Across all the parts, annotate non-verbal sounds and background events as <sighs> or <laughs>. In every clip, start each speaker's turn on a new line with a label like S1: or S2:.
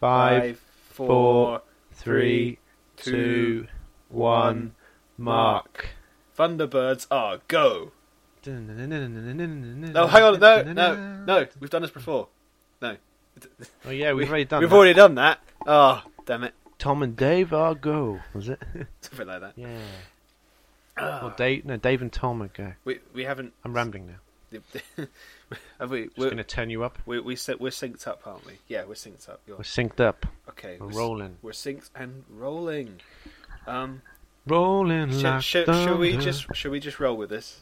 S1: Five, four, three, two, one, mark.
S2: Thunderbirds are go.
S1: No,
S2: No, hang on. No, no, no. We've done this before. No.
S1: Oh yeah, we've already done.
S2: We've
S1: that.
S2: already done that. Oh, damn it.
S1: Tom and Dave are go. Was it?
S2: Something like that.
S1: <laughs> yeah. Well, Dave. No, Dave and Tom are go.
S2: We we haven't. <laughs>
S1: I'm rambling now.
S2: Have we?
S1: Just
S2: We're,
S1: going to turn you up.
S2: we we said we're synced up, aren't we? Yeah, we're synced up. You're,
S1: We're synced up.
S2: okay,
S1: we're
S2: s-
S1: rolling.
S2: We're synced and rolling. Um,
S1: Rolling
S2: sh-
S1: like
S2: sh- shall we
S1: thunder.
S2: just shall we just roll with this?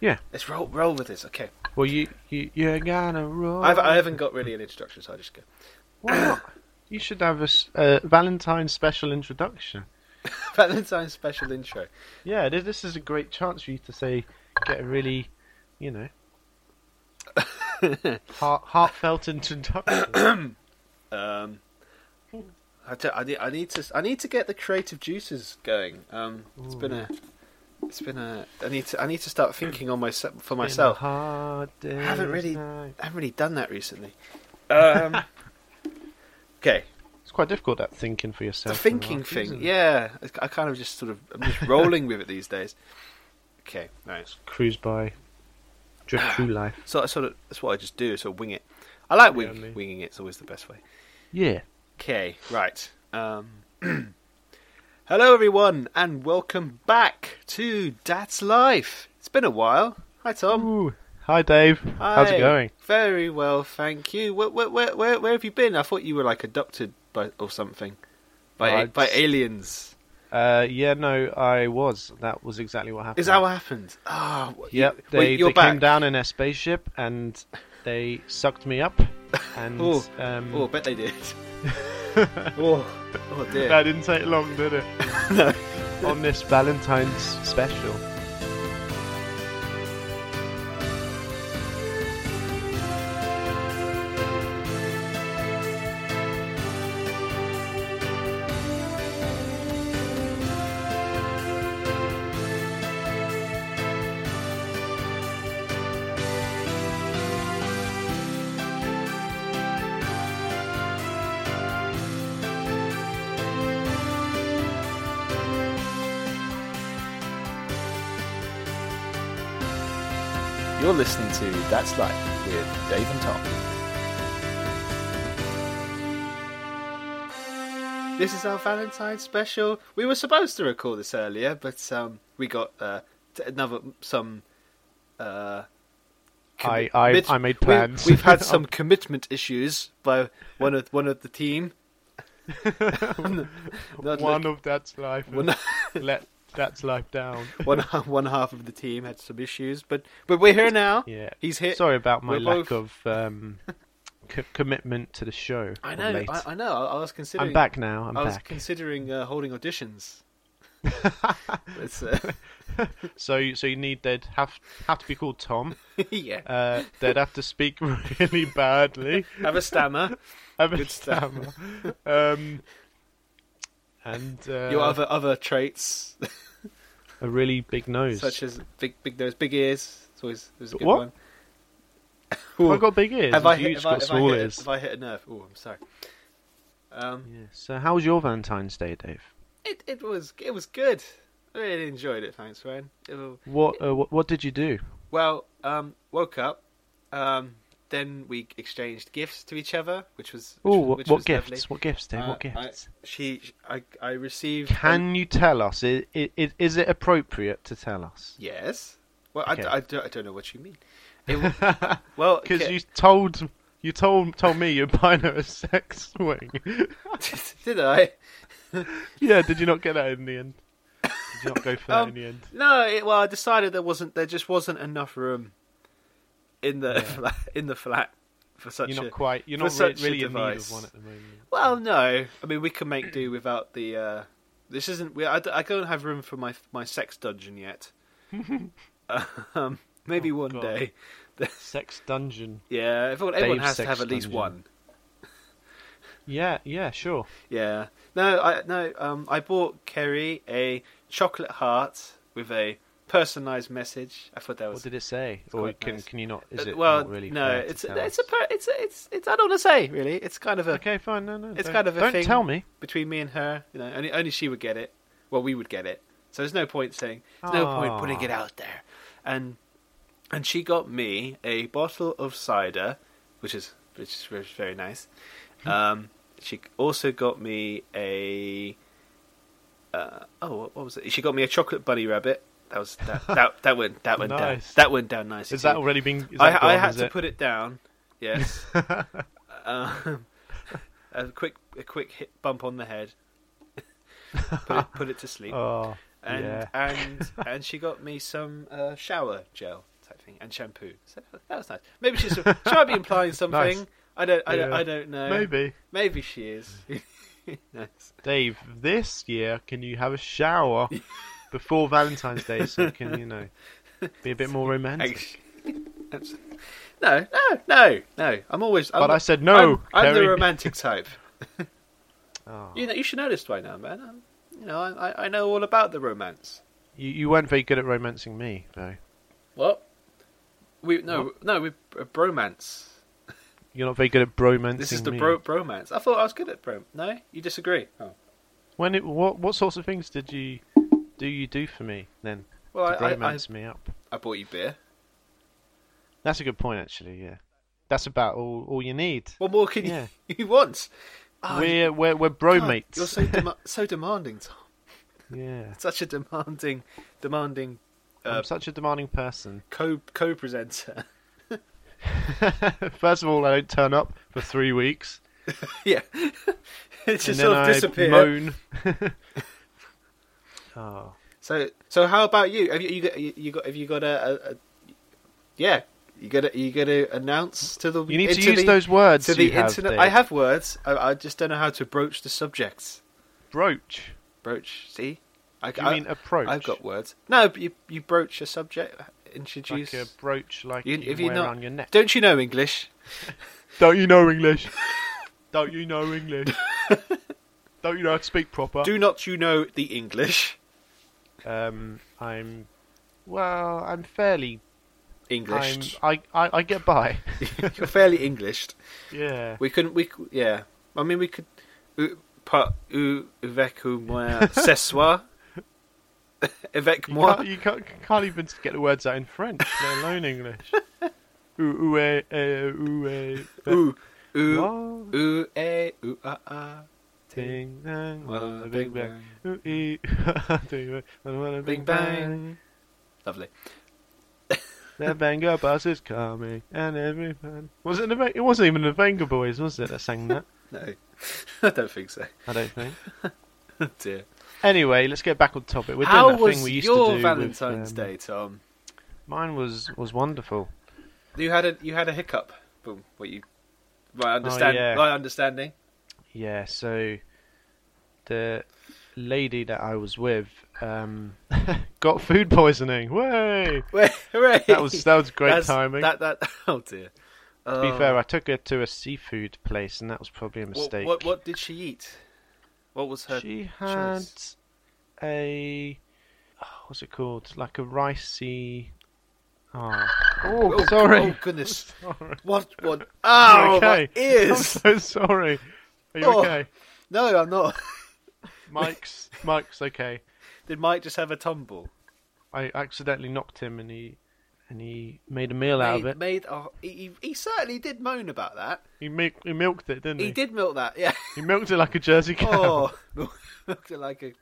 S1: Yeah.
S2: Let's roll roll with this. Okay.
S1: Well, you you you're gonna roll.
S2: I've, I haven't got really an introduction, so I just go. <laughs>
S1: Why <coughs> not? You should have a s- uh, Valentine's special introduction.
S2: Valentine's special intro.
S1: Yeah, thi- this is a great chance for you to say, get a really, you
S2: <laughs>
S1: know, heart, heartfelt introduction.
S2: Um, I, t- I, need, I need to s- I need to get the creative juices going. Um, it's been a it's been a I need to I need to start thinking on myself for <coughs> myself.
S1: Hard
S2: I haven't really
S1: day's
S2: I
S1: night.
S2: haven't really done
S1: <laughs>
S2: that recently. Um, okay,
S1: It's quite difficult that thinking for
S2: the
S1: yourself. and
S2: thinking
S1: all that,
S2: thing.
S1: isn't it?
S2: Yeah, I- I kind of just sort of I'm just rolling with it these days. Okay, right.
S1: Cruise by, drift
S2: <sighs>
S1: through life.
S2: So I sort of that's what I just do. Sort of wing it. I like wing,
S1: me.
S2: winging. It's always the best way.
S1: Yeah.
S2: Okay, right. Um, <clears throat> hello, everyone, and welcome back to Dad's Life. It's been a while. Hi, Tom.
S1: Ooh. Hi, Dave. How's
S2: Um, Hi.
S1: it going?
S2: Very well, thank you. Where, where, where, where, where have you been? I thought you were like adopted by or something by
S1: Uh,
S2: by
S1: it's-
S2: aliens.
S1: Uh, yeah, no, I was. That was exactly what happened.
S2: Is that what happened? Ah, oh,
S1: Yep, they,
S2: you're
S1: they
S2: back.
S1: came down in a spaceship and they sucked me
S2: <laughs>
S1: up. And
S2: Oh,
S1: um,
S2: oh, I bet
S1: <laughs>
S2: they did. oh, oh dear.
S1: that didn't take long, did
S2: <laughs>
S1: it? <laughs> On this Valentine's special.
S2: You're listening to That's Life with Dave and Tom. This is our Valentine's special. We were supposed to record this earlier, but um, we got uh, t- another some. Uh,
S1: I, I,
S2: commit-
S1: I made
S2: we-
S1: plans.
S2: we've had
S1: <laughs>
S2: some commitment issues by one of one of
S1: <laughs>
S2: the team. Not
S1: one of that's life.
S2: One-
S1: <laughs>
S2: <laughs>
S1: let that's life down.
S2: one <laughs> one half of the team had some issues, but but we're here now.
S1: Yeah,
S2: he's here.
S1: Sorry about my
S2: We're
S1: lack
S2: both-
S1: of
S2: <laughs>
S1: um, c- commitment to the show.
S2: I
S1: I'm
S2: know.
S1: late.
S2: I, I know. I, I was considering.
S1: I'm back now. I'm
S2: I was
S1: back.
S2: considering uh, holding auditions. It's, uh,
S1: <laughs>
S2: <laughs>
S1: So, so you need they'd have have to be called Tom.
S2: yeah.
S1: Uh, they'd have to speak <laughs> really
S2: <laughs>
S1: badly.
S2: Have
S1: <laughs>
S2: a stammer.
S1: Have a
S2: Good
S1: <laughs>
S2: stuff.
S1: stammer. Um, and uh,
S2: Your other other traits, <laughs>
S1: a really big nose.
S2: such as big big nose, big ears. It's always, always a good
S1: What?
S2: one.
S1: Have I
S2: Ooh.
S1: got big ears.
S2: Have
S1: or
S2: I
S1: do
S2: hit-
S1: you just
S2: have
S1: got
S2: I- have I
S1: small
S2: hit-
S1: ears.
S2: Have I hit a nerve? Oh, I'm sorry. Um,
S1: Yeah. So, how was your Valentine's Day, Dave?
S2: it it was it was good. I really enjoyed it. Thanks, Ryan. It was-
S1: What uh, what, what did you do?
S2: Well, um, woke up. Um, then we exchanged gifts to each other, which was which,
S1: Oh,
S2: was-
S1: what,
S2: which
S1: what
S2: was
S1: gifts?
S2: lovely.
S1: What gifts, Dave?
S2: Uh,
S1: what
S2: I-
S1: gifts?
S2: she, I, I received. a-
S1: Can you tell us? Is, is, is it appropriate to tell us?
S2: Yes. Well,
S1: Okay.
S2: I, I, don't, I don't know what you mean. It
S1: <laughs>
S2: w- well,
S1: Because
S2: okay.
S1: you told you told told me you're buying her a sex <laughs> swing.
S2: <laughs> did I?
S1: yeah. Did you not get that in the end? Did you not go for that
S2: Um,
S1: in the end?
S2: No. It, well, I <laughs> decided there wasn't. There just wasn't enough room in the flat, in the flat for such
S1: You're
S2: a
S1: not quite. You're
S2: for
S1: not re-
S2: such a
S1: really in need of
S2: device.
S1: one at the moment.
S2: Well, no. I mean, we can make do without the. Uh, this isn't. We, I, d- I don't have room for my my sex dungeon
S1: <laughs>
S2: yet. <laughs> um, maybe
S1: Oh,
S2: one
S1: God.
S2: day.
S1: Sex dungeon.
S2: Yeah, everyone, everyone
S1: Dave's
S2: has to
S1: sex
S2: have at least
S1: dungeon.
S2: one.
S1: Yeah, yeah, sure.
S2: Yeah. No, I no. Um, I bought Kerry a chocolate heart with a personalized message. I thought that was.
S1: What did it say? Or
S2: quite
S1: can
S2: nice.
S1: can you not? Is
S2: uh,
S1: it
S2: well,
S1: not really?
S2: no.
S1: fair to
S2: It's
S1: tell
S2: it's a
S1: us?
S2: per- it's a- it's it's. I don't want to say really. It's kind of a
S1: okay, fine. No, no.
S2: It's
S1: don't-
S2: kind of a
S1: don't
S2: thing.
S1: tell me.
S2: between me and her. You know, only only she would get it. Well, we would get it. So there's no point saying. There's no point
S1: Aw.
S2: putting it out there. And and she got me a bottle of cider, which is which is very- very nice.
S1: Hmm.
S2: Um, she also got me a. Uh, oh, what, what was it? She got me a chocolate bunny rabbit. That was that that, that went that went down
S1: Nice.
S2: that went down nicely.
S1: Is that
S2: too.
S1: already been? Is
S2: I,
S1: that
S2: I
S1: gone,
S2: had
S1: is
S2: to
S1: it?
S2: put it down.
S1: <laughs>
S2: Yes. um, <laughs> a quick, a quick hit bump on the head. put, it, put it to sleep.
S1: <laughs> Oh,
S2: and
S1: yeah.
S2: and
S1: <laughs>
S2: and she got me some uh, shower gel type thing and shampoo. So that was nice. Maybe she's. Should I
S1: <laughs>
S2: be implying something? I don't. I, don't,
S1: Yeah.
S2: I don't know.
S1: Maybe.
S2: Maybe she is. <laughs>
S1: <laughs>
S2: nice.
S1: Dave, this year, can you have a
S2: <laughs>
S1: shower before Valentine's Day so you can, you know, be a bit more romantic?
S2: <laughs> Ex- no, no, no, no. I'm always. I'm,
S1: But I said no,
S2: I'm, I'm the
S1: Kerry.
S2: romantic type.
S1: Oh.
S2: You know, you should know this by now, man. I'm, you know, I, I- I know all about the romance.
S1: You, you weren't very good at romancing me, though.
S2: What? We no no we uh, bromance.
S1: You're not very good at bromancing
S2: This is the
S1: me.
S2: bro bromance. I thought I was good at brom. No, you disagree. Oh.
S1: when it, what, what sorts of things did you do you do for me then
S2: Well,
S1: to
S2: I, I, I
S1: bromance me up?
S2: I bought you beer.
S1: That's a good point, actually. Yeah, that's about all, all you need.
S2: What more can
S1: Yeah.
S2: <laughs> you, you want? Oh,
S1: we're, we're we're
S2: you-
S1: bro
S2: God,
S1: mates.
S2: You're so dem- <laughs> so demanding, Tom.
S1: yeah,
S2: Such a demanding, demanding uh,
S1: I'm such a demanding person. <laughs>
S2: co co presenter.
S1: First of all, I don't turn up for three
S2: <laughs>
S1: weeks.
S2: <laughs> yeah, it just
S1: and then
S2: sort of
S1: I
S2: disappear. <laughs>
S1: moan. <laughs> oh,
S2: So, so how about you? Have you, you got you, you got have you got a, a, a yeah? You got to you got to announce to the
S1: you need to
S2: to
S1: use
S2: the-
S1: those words.
S2: to the
S1: you have,
S2: internet.
S1: Dave.
S2: I have words. I, I just don't know how to broach the subjects.
S1: brooch.
S2: Broach. See, I,
S1: Do you
S2: I-
S1: mean approach?
S2: I've got words. No, but you you broach a subject. Introduce.
S1: like a brooch, like
S2: You-
S1: you,
S2: if you're
S1: wear
S2: not-
S1: around your
S2: <laughs>
S1: neck.
S2: Don't you know English?
S1: Don't you know English? <laughs> Don't you know
S2: <laughs>
S1: English? Don't you know how to speak proper?
S2: Do not you know the English?
S1: Um, I'm. Well, I'm fairly. I'm,
S2: English.
S1: I, I I get by. <laughs>
S2: <laughs> You're fairly English.
S1: yeah.
S2: We couldn't. We c- yeah. I mean, we could. u- Pas ou avec moi
S1: <laughs>
S2: ce soir. avec
S1: You
S2: moi.
S1: can't, you can't, can't even get the words out in French, let alone
S2: <laughs>
S1: English. Ooh, ooh, eh, eh, ooh, eh, but-
S2: Ooh, ooh,
S1: Whoa,
S2: ooh, eh, ooh, ah, ah.
S1: ding, dang,
S2: Well,
S1: wanna
S2: big
S1: big
S2: bang.
S1: bang. e, Ooh, <laughs> ee, ding, bang, wanna- wanna
S2: Big
S1: big bang.
S2: Lovely.
S1: The Venga bus is coming, and everyone. Was it? The, Va- it wasn't even the Venga boys, was it? That sang that.
S2: No, <laughs> I don't think so. <laughs> Oh
S1: I don't think.
S2: Dear.
S1: Anyway, let's get back on topic. We're doing
S2: How
S1: that
S2: was
S1: thing we used
S2: your
S1: to do.
S2: Valentine's
S1: with, um,
S2: Day, Tom?
S1: Mine was was wonderful.
S2: You had a you had a hiccup. Boom. What you? My understand.
S1: Oh, yeah.
S2: My understanding. <laughs>
S1: Yeah, so the lady that I was with
S2: <laughs>
S1: um, got food poisoning. Way
S2: Wait, hooray!
S1: that was that was great
S2: That's-
S1: timing.
S2: That that. <laughs> Oh dear. Um,
S1: to be fair, I took her to a seafood place, and that was probably a
S2: What,
S1: mistake.
S2: what what did she eat? What was her?
S1: she had a oh, what's it called? Like a ricey. Oh, oh,
S2: Oh,
S1: <laughs> sorry.
S2: Oh goodness!
S1: <laughs> Sorry.
S2: What what? Oh
S1: okay.
S2: my
S1: I'm <laughs>
S2: ears!
S1: so sorry. Are you
S2: Oh.
S1: okay?
S2: No, I'm not. <laughs>
S1: Mike's Mike's okay.
S2: Did Mike just have a tumble?
S1: I accidentally knocked him, and he and he made a meal out of
S2: made,
S1: it.
S2: made oh, he, he, he certainly did moan about that.
S1: He, milk, he milked it, didn't he?
S2: He did milk
S1: <laughs>
S2: that, yeah.
S1: He milked it like a Jersey cow.
S2: Oh, <laughs> milked it like a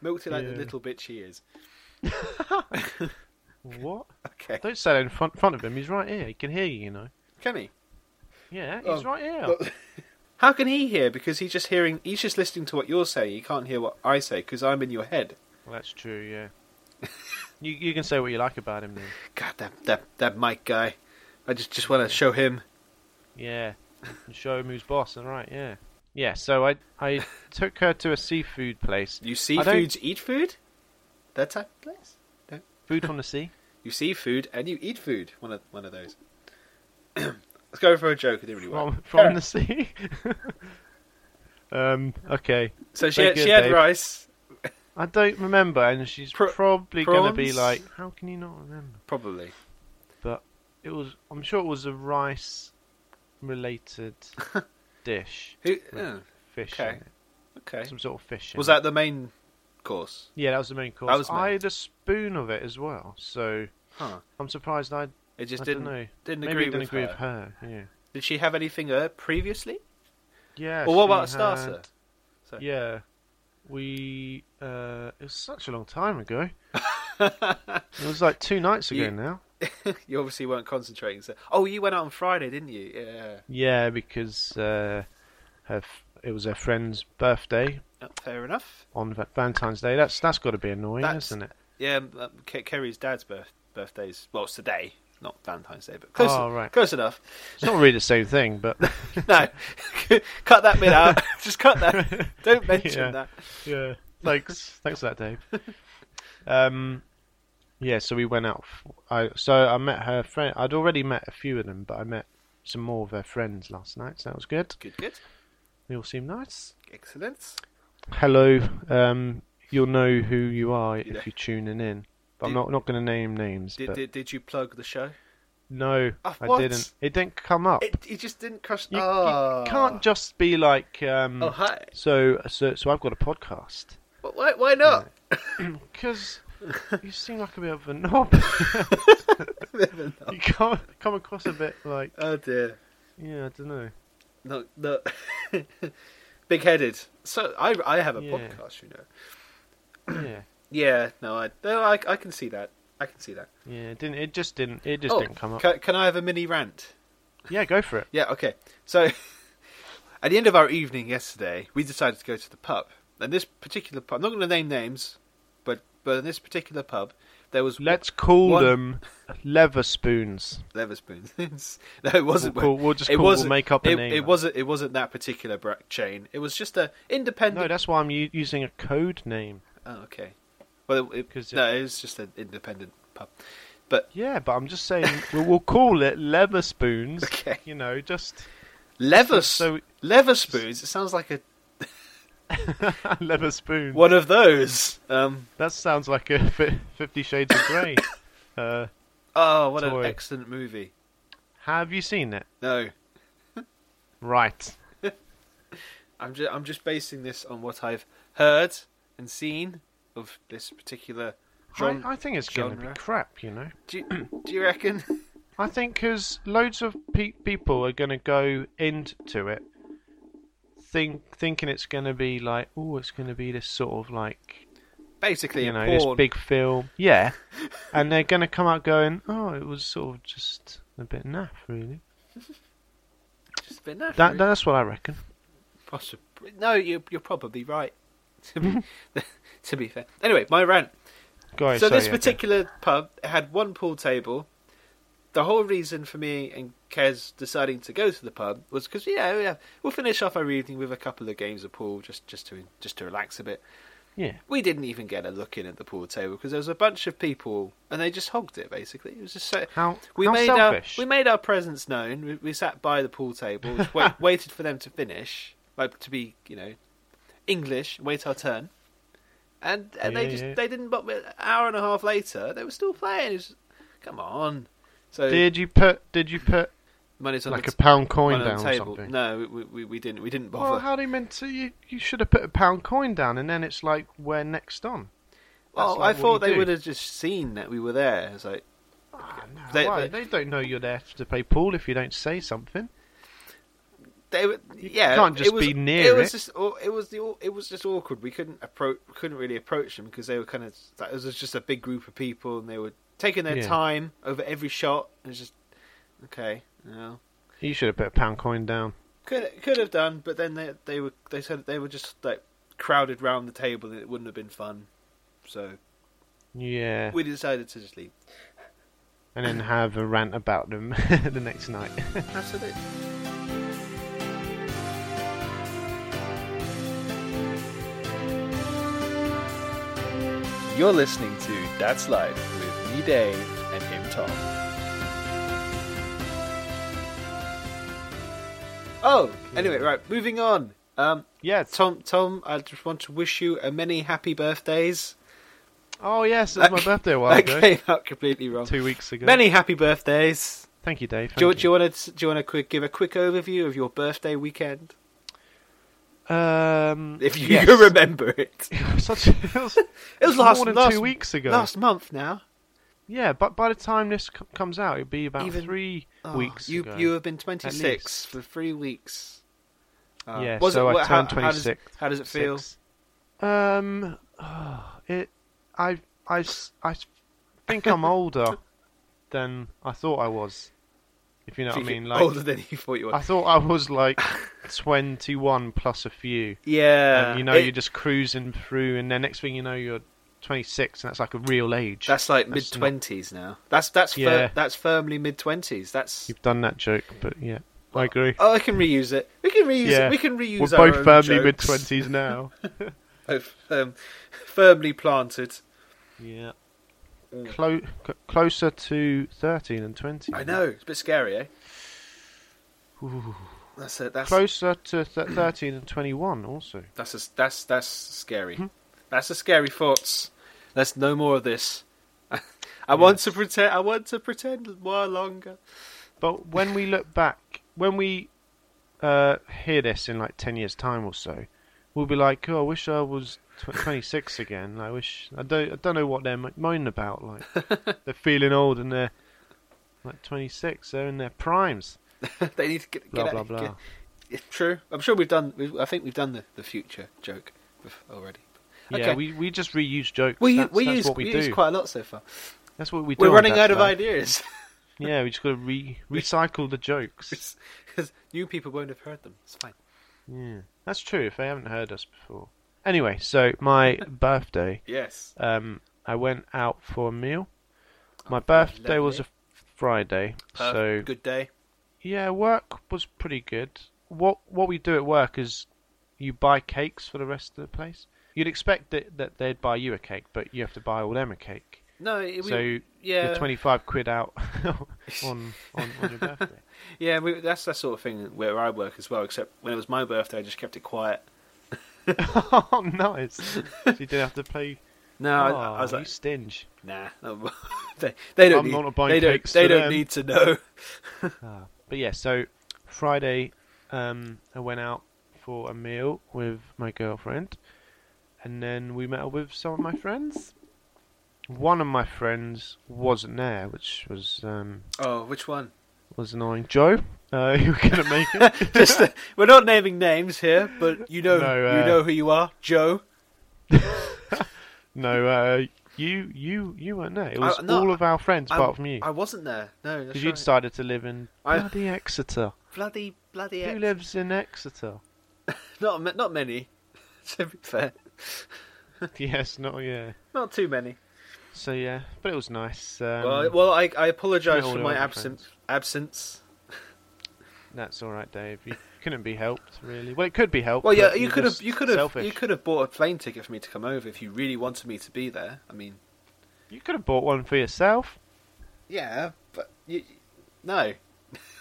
S2: milked it like the
S1: Yeah.
S2: little bitch
S1: <laughs>
S2: he is.
S1: What?
S2: Okay,
S1: Don't say that in front, front of him. He's right here. He can hear you, you know.
S2: can he?
S1: Yeah, he's
S2: Oh,
S1: right here.
S2: but- How can he hear? Because he's just hearing. He's just listening to what you're saying. He can't hear what I say because I'm in your head.
S1: Well, that's true, yeah. you, you can say what you like about him then.
S2: God, that that that Mike guy. I just just want to show him.
S1: Yeah, and show him who's boss. All right, yeah, yeah. So I I took her to a seafood place.
S2: You
S1: I don't-
S2: seafoods eat food? That type of place? No.
S1: Food from the
S2: <laughs>
S1: sea.
S2: You see food and you eat food. One of one of those. <clears throat> Let's go for a joke. It didn't really work.
S1: From from the sea. <laughs> um. Okay.
S2: So she
S1: Very
S2: had, she
S1: good,
S2: had
S1: Dave.
S2: rice.
S1: I don't remember, and she's
S2: Pro-
S1: probably going to be
S2: prawns?
S1: like, "How can you not remember?"
S2: Probably.
S1: But it was. I'm sure it was a
S2: <laughs>
S1: rice-related dish.
S2: Who,
S1: With
S2: oh,
S1: fish.
S2: okay.
S1: In it.
S2: okay.
S1: Some sort of fish. in
S2: Was
S1: it.
S2: that the main course?
S1: Yeah, that was the main course.
S2: That was
S1: I
S2: main.
S1: had a spoon of it as well, so
S2: Huh.
S1: I'm surprised I,
S2: It just
S1: I
S2: didn't
S1: dunno.
S2: didn't
S1: maybe
S2: agree,
S1: I didn't
S2: with,
S1: agree
S2: her.
S1: with her. Yeah.
S2: Did she have anything uh, previously?
S1: Yeah.
S2: or
S1: she
S2: what about a starter?
S1: had-
S2: Sorry.
S1: Yeah. We uh it was such a long time
S2: <laughs>
S1: ago. it was like two nights ago
S2: You-
S1: now.
S2: <laughs> you obviously weren't concentrating. So, oh, you went out on Friday, didn't you? Yeah.
S1: Yeah, because uh her f- it was her friend's birthday
S2: Oh, fair enough.
S1: on Va- Valentine's Day. That's that's got to be annoying,
S2: That's-
S1: isn't it?
S2: Yeah, um, Ke- Kerry's dad's birth- birthday's well, it's today, not Valentine's Day, but close.
S1: Oh, right.
S2: Close enough.
S1: It's not really the same thing,
S2: <laughs>
S1: but
S2: No, cut that bit out. <laughs> Just
S1: <laughs>
S2: cut that. Don't mention
S1: Yeah.
S2: that.
S1: yeah. Thanks, thanks for that, Dave. Um, yeah. So we went out. f- I so I met her friend. I'd already met a few of them, but I met some more of her friends last night. So that was good.
S2: Good, good,
S1: They all seemed nice.
S2: excellent.
S1: Hello. Um, you'll know who you are
S2: Yeah.
S1: if you're tuning in. But I'm
S2: Did-
S1: not not going to name names.
S2: Did,
S1: but
S2: did did you plug the show?
S1: no,
S2: Oh,
S1: I
S2: what?
S1: didn't. It didn't come up.
S2: It, it just didn't cross.
S1: you, you
S2: oh.
S1: can't just be like. Um,
S2: Oh hi.
S1: so so so I've got a podcast.
S2: Wh- Why why not? <laughs>
S1: Because you seem like a bit of a knob. <laughs>
S2: <laughs>
S1: you come, come across a bit like,
S2: Oh dear.
S1: yeah, I don't know.
S2: No no. <laughs> Big headed. So I I have a
S1: Yeah.
S2: podcast, you know.
S1: Yeah,
S2: Yeah. No, I no, I I can see that. I can see that.
S1: yeah. It didn't. It just didn't. It just
S2: oh,
S1: didn't come up.
S2: Can, can I have a mini rant?
S1: Yeah, go for it.
S2: Yeah, okay. So, <laughs> at the end of our evening yesterday, we decided to go to the pub. And this particular pub, I'm not going to name names, but but in this particular pub, there was
S1: Let's call
S2: One-
S1: them leather spoons.
S2: Leverspoons. <laughs> no, it wasn't.
S1: We'll call- we'll just
S2: it
S1: call- we'll
S2: wasn't-
S1: make up a
S2: it,
S1: name
S2: It
S1: then.
S2: wasn't. It wasn't that particular bra- chain. It was just a
S1: No,
S2: independent.
S1: that's why I'm u- using a code name.
S2: oh, okay. Well, it,
S1: 'Cause
S2: no, it was just an independent pub. <laughs> But
S1: Yeah, but I'm just saying we'll, we'll call it leather spoons.
S2: <laughs> Okay.
S1: You know, just
S2: Levers
S1: So-
S2: Leverspoons. It sounds like a
S1: <laughs> leather spoons.
S2: one of those. Um.
S1: That sounds like a fi- Fifty Shades of
S2: <laughs>
S1: Grey. uh,
S2: Oh, what
S1: Toy.
S2: an excellent movie.
S1: have you seen it?
S2: No.
S1: Right.
S2: I'm just I'm just basing this on what I've heard and seen of this particular
S1: I,
S2: genre.
S1: I think it's going to be
S2: genre.
S1: crap. You know.
S2: Do you, do you reckon? <laughs>
S1: I think because loads of pe- people are going to go into it think thinking it's going to be like, oh, it's going to be this sort of like,
S2: Basically,
S1: you
S2: a
S1: know, this
S2: porn.
S1: big film. Yeah.
S2: <laughs>
S1: and they're going to come out going, oh, it was sort of just a bit naff, really.
S2: Just a bit naff,
S1: That
S2: really.
S1: That's what I reckon.
S2: Possib- No, you're you're probably right. <laughs> To be, to be fair. Anyway, my rant.
S1: Go ahead,
S2: so
S1: Oh, sorry,
S2: this
S1: yeah, go.
S2: particular pub had one pool table. The whole reason for me and Kez deciding to go to the pub was because yeah, yeah, we'll finish off our evening with a couple of games of pool just just to just to relax a bit.
S1: Yeah.
S2: we didn't even get a look in at the pool table because there was a bunch of people and they just hogged it basically. It was just so
S1: How-
S2: we
S1: how
S2: made
S1: selfish.
S2: our we made our presence known. We, we sat by the pool table, just wait, waited for them to finish, like to be you know English, wait our turn, and and they
S1: Yeah,
S2: just
S1: yeah.
S2: they didn't. But an hour and a half later, they were still playing. It's just, come on, so
S1: Did you put did you put
S2: money's on
S1: like a
S2: the t-
S1: pound coin
S2: money on
S1: down
S2: the
S1: or
S2: table.
S1: something?
S2: No, we, we we didn't we didn't bother.
S1: Well, how are they meant to? You, you should have put a pound coin down, and then it's like we're next on. That's
S2: Well,
S1: not what
S2: I
S1: you
S2: thought they
S1: do.
S2: would have just seen that we were there. It's like
S1: Ah, no,
S2: They-
S1: why? they
S2: they-
S1: don't know you're there to play pool if you don't say something.
S2: they were, yeah,
S1: can't just
S2: it was,
S1: be near
S2: It was
S1: it.
S2: just, aw- it was the, aw- it was just awkward. We couldn't approach, couldn't really approach them because they were kind of that was just a big group of people and they were taking their
S1: Yeah.
S2: time over every shot. It was just okay, well,
S1: You should have put a pound coin down.
S2: could could have done, but then they they were they said they were just like crowded round the table and it wouldn't have been fun. So
S1: Yeah,
S2: we decided to just leave. <laughs>
S1: and then have a rant about them <laughs> the next night.
S2: Absolutely. You're listening to That's Life with me, Dave, and him, Tom. Oh, anyway, right, moving on. Um,
S1: Yeah. Tom.
S2: Tom, Tom, I just want to wish you a many happy birthdays.
S1: Oh yes, it was my
S2: That-
S1: birthday a while
S2: that
S1: ago.
S2: came out completely wrong.
S1: Two weeks ago.
S2: Many happy birthdays.
S1: Thank you, Dave.
S2: Do you,
S1: Thank
S2: do you want to do you want to quick give a quick overview of your birthday weekend <laughs>
S1: you. Um,
S2: if you
S1: yes.
S2: can remember it?
S1: Such, it was, it
S2: It was last
S1: more than
S2: last,
S1: two weeks ago.
S2: last month now.
S1: Yeah, but by the time this c- comes out, it'll be about
S2: Even-
S1: three
S2: Oh,
S1: weeks.
S2: You
S1: ago.
S2: you have been 26
S1: least.
S2: for three weeks. Uh,
S1: Yeah,
S2: was
S1: so I
S2: what- how-
S1: turned
S2: how does-
S1: 26.
S2: How does, it feel?
S1: Six. Um, <sighs> it. I I s- I s- think
S2: <laughs>
S1: I'm older than I thought I was. If you know
S2: So
S1: what I
S2: you-
S1: mean, like
S2: older than you thought you were.
S1: I thought I was
S2: <laughs>
S1: like 21 plus a few.
S2: yeah,
S1: and Um, you know,
S2: it-
S1: you're just cruising through, and then next thing you know, you're 26, and that's like a real age.
S2: that's like mid
S1: that's not-
S2: twenties now. That's that's
S1: Yeah.
S2: fir- that's firmly mid twenties. That's
S1: You've done that joke, but yeah, I agree.
S2: oh, I can reuse it. We can reuse
S1: yeah,
S2: it. We can reuse.
S1: We're
S2: our
S1: both
S2: own
S1: firmly mid
S2: jokes.
S1: 20s
S2: <laughs>
S1: now.
S2: Both um, firmly planted.
S1: yeah.
S2: Mm.
S1: Clo- c- closer to 13 and 20.
S2: I know it's a bit scary. Eh?
S1: Ooh.
S2: That's a, that's
S1: Closer to th- <clears throat> 13 and 21 also.
S2: That's a, that's that's scary.
S1: Hmm?
S2: That's a scary thoughts. That's no more of this. <laughs> I want to pretend. I want to pretend more longer. <laughs>
S1: But when we look back, when we uh, hear this in like 10 years' time or so, we'll be like, oh, I wish I was
S2: <laughs>
S1: tw- 26 again. I wish. I don't, I don't know what they're m- moaning about. Like,
S2: <laughs>
S1: they're feeling old and they're like 26, they're in their primes.
S2: they need to get,
S1: Blah,
S2: get
S1: blah,
S2: out-
S1: blah.
S2: get- it's true. I'm sure we've done. We've, I think we've done the, the future joke bef- already.
S1: Yeah, we, we just reuse jokes.
S2: we,
S1: that's
S2: we
S1: that's
S2: use
S1: what we,
S2: we
S1: do.
S2: use quite a lot so far.
S1: That's what we do.
S2: We're
S1: on
S2: running
S1: Dad's
S2: out of
S1: Life.
S2: ideas <laughs>
S1: Yeah, we just got to re- recycle the jokes.
S2: because new people won't have heard them. It's fine.
S1: Yeah, that's true. If they haven't heard us before. Anyway, so my birthday,
S2: Yes.
S1: um, I went out for a meal.
S2: Oh,
S1: My birthday was a Friday,
S2: Uh,
S1: so
S2: good day.
S1: yeah, work was pretty good. What what we do at work is you buy cakes for the rest of the place. You'd expect that, that they'd buy you a cake, but you have to buy all them a cake.
S2: No. It, we,
S1: so
S2: yeah.
S1: you're 25 quid out <laughs> on, on, on
S2: <laughs>
S1: your birthday.
S2: Yeah, we, that's that sort of thing where I work as well. Except when it was my birthday, I just kept it quiet.
S1: <laughs> oh, nice. So you didn't have to play.
S2: <laughs> No,
S1: Oh,
S2: I, I was
S1: you
S2: like,
S1: stinge.
S2: nah, <laughs> they, they don't
S1: I'm
S2: need,
S1: not buying
S2: they don't,
S1: cakes
S2: they
S1: for
S2: don't
S1: them.
S2: need to know.
S1: Ah, but yeah, so Friday, um, I went out for a meal with my girlfriend, and then we met up with some of my friends. One of my friends wasn't there, which was um,
S2: Oh, which one?
S1: was annoying. Joe, uh, <laughs> you couldn't make it.
S2: <laughs> Just uh, we're not naming names here, but you know,
S1: No,
S2: you
S1: uh,
S2: know who you are, Joe.
S1: no, uh, you you you weren't there. It
S2: I-
S1: was
S2: no,
S1: all of our friends
S2: I-
S1: apart from you,
S2: I wasn't there. No, that's
S1: because you
S2: right.
S1: decided to live in
S2: I-
S1: bloody Exeter.
S2: bloody, bloody,
S1: Who
S2: ex-
S1: lives in Exeter?
S2: not ma- not many. <laughs> to be fair,
S1: yes, not yeah.
S2: not too many.
S1: So yeah, but it was nice. Um,
S2: well, I- well, I I apologise
S1: all
S2: for
S1: your
S2: my
S1: other
S2: absence. Absence.
S1: That's all right, Dave. You couldn't be helped, really. Well, it could be helped.
S2: Well, yeah,
S1: but
S2: you
S1: you're
S2: could have,
S1: just
S2: you could have,
S1: selfish.
S2: you could have bought a plane ticket for me to come over if you really wanted me to be there. I mean,
S1: You could have bought one for yourself. <laughs>
S2: yeah, but you, no,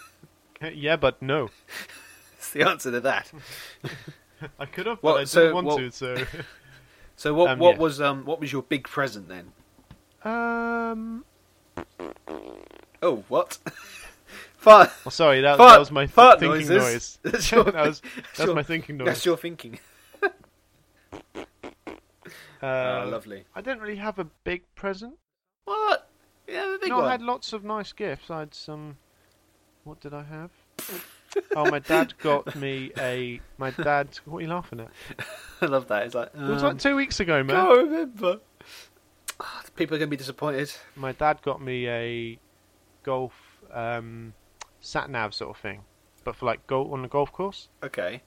S2: <laughs>
S1: yeah, but no, <laughs>
S2: it's the answer to that.
S1: I could have, but
S2: Well,
S1: I didn't
S2: so-
S1: want
S2: well-
S1: to.
S2: <laughs>
S1: So, <laughs>
S2: So what,
S1: Um,
S2: what
S1: yeah.
S2: was, um, what was your big present then?
S1: um,
S2: Oh, what? <laughs> fart,
S1: well, sorry, that,
S2: fart,
S1: that was my th-
S2: fart
S1: thinking noise.
S2: noises. <laughs> That's your,
S1: that
S2: <laughs>
S1: was
S2: that's
S1: that was
S2: your-
S1: my thinking
S2: That's
S1: noise.
S2: your thinking.
S1: Uh,
S2: oh, lovely.
S1: I didn't really have a big present.
S2: What? Yeah, a big
S1: no,
S2: one.
S1: I had lots of nice gifts. I had some. What did I have? oh, my dad got me a. My dad. What are you laughing at?
S2: <laughs> I love that. It's like, um,
S1: It was like two weeks ago, man.
S2: can't remember. <sighs> Ah, People are going to be disappointed.
S1: my dad got me a golf um, sat nav sort of thing, but for like go on the golf course,
S2: Okay.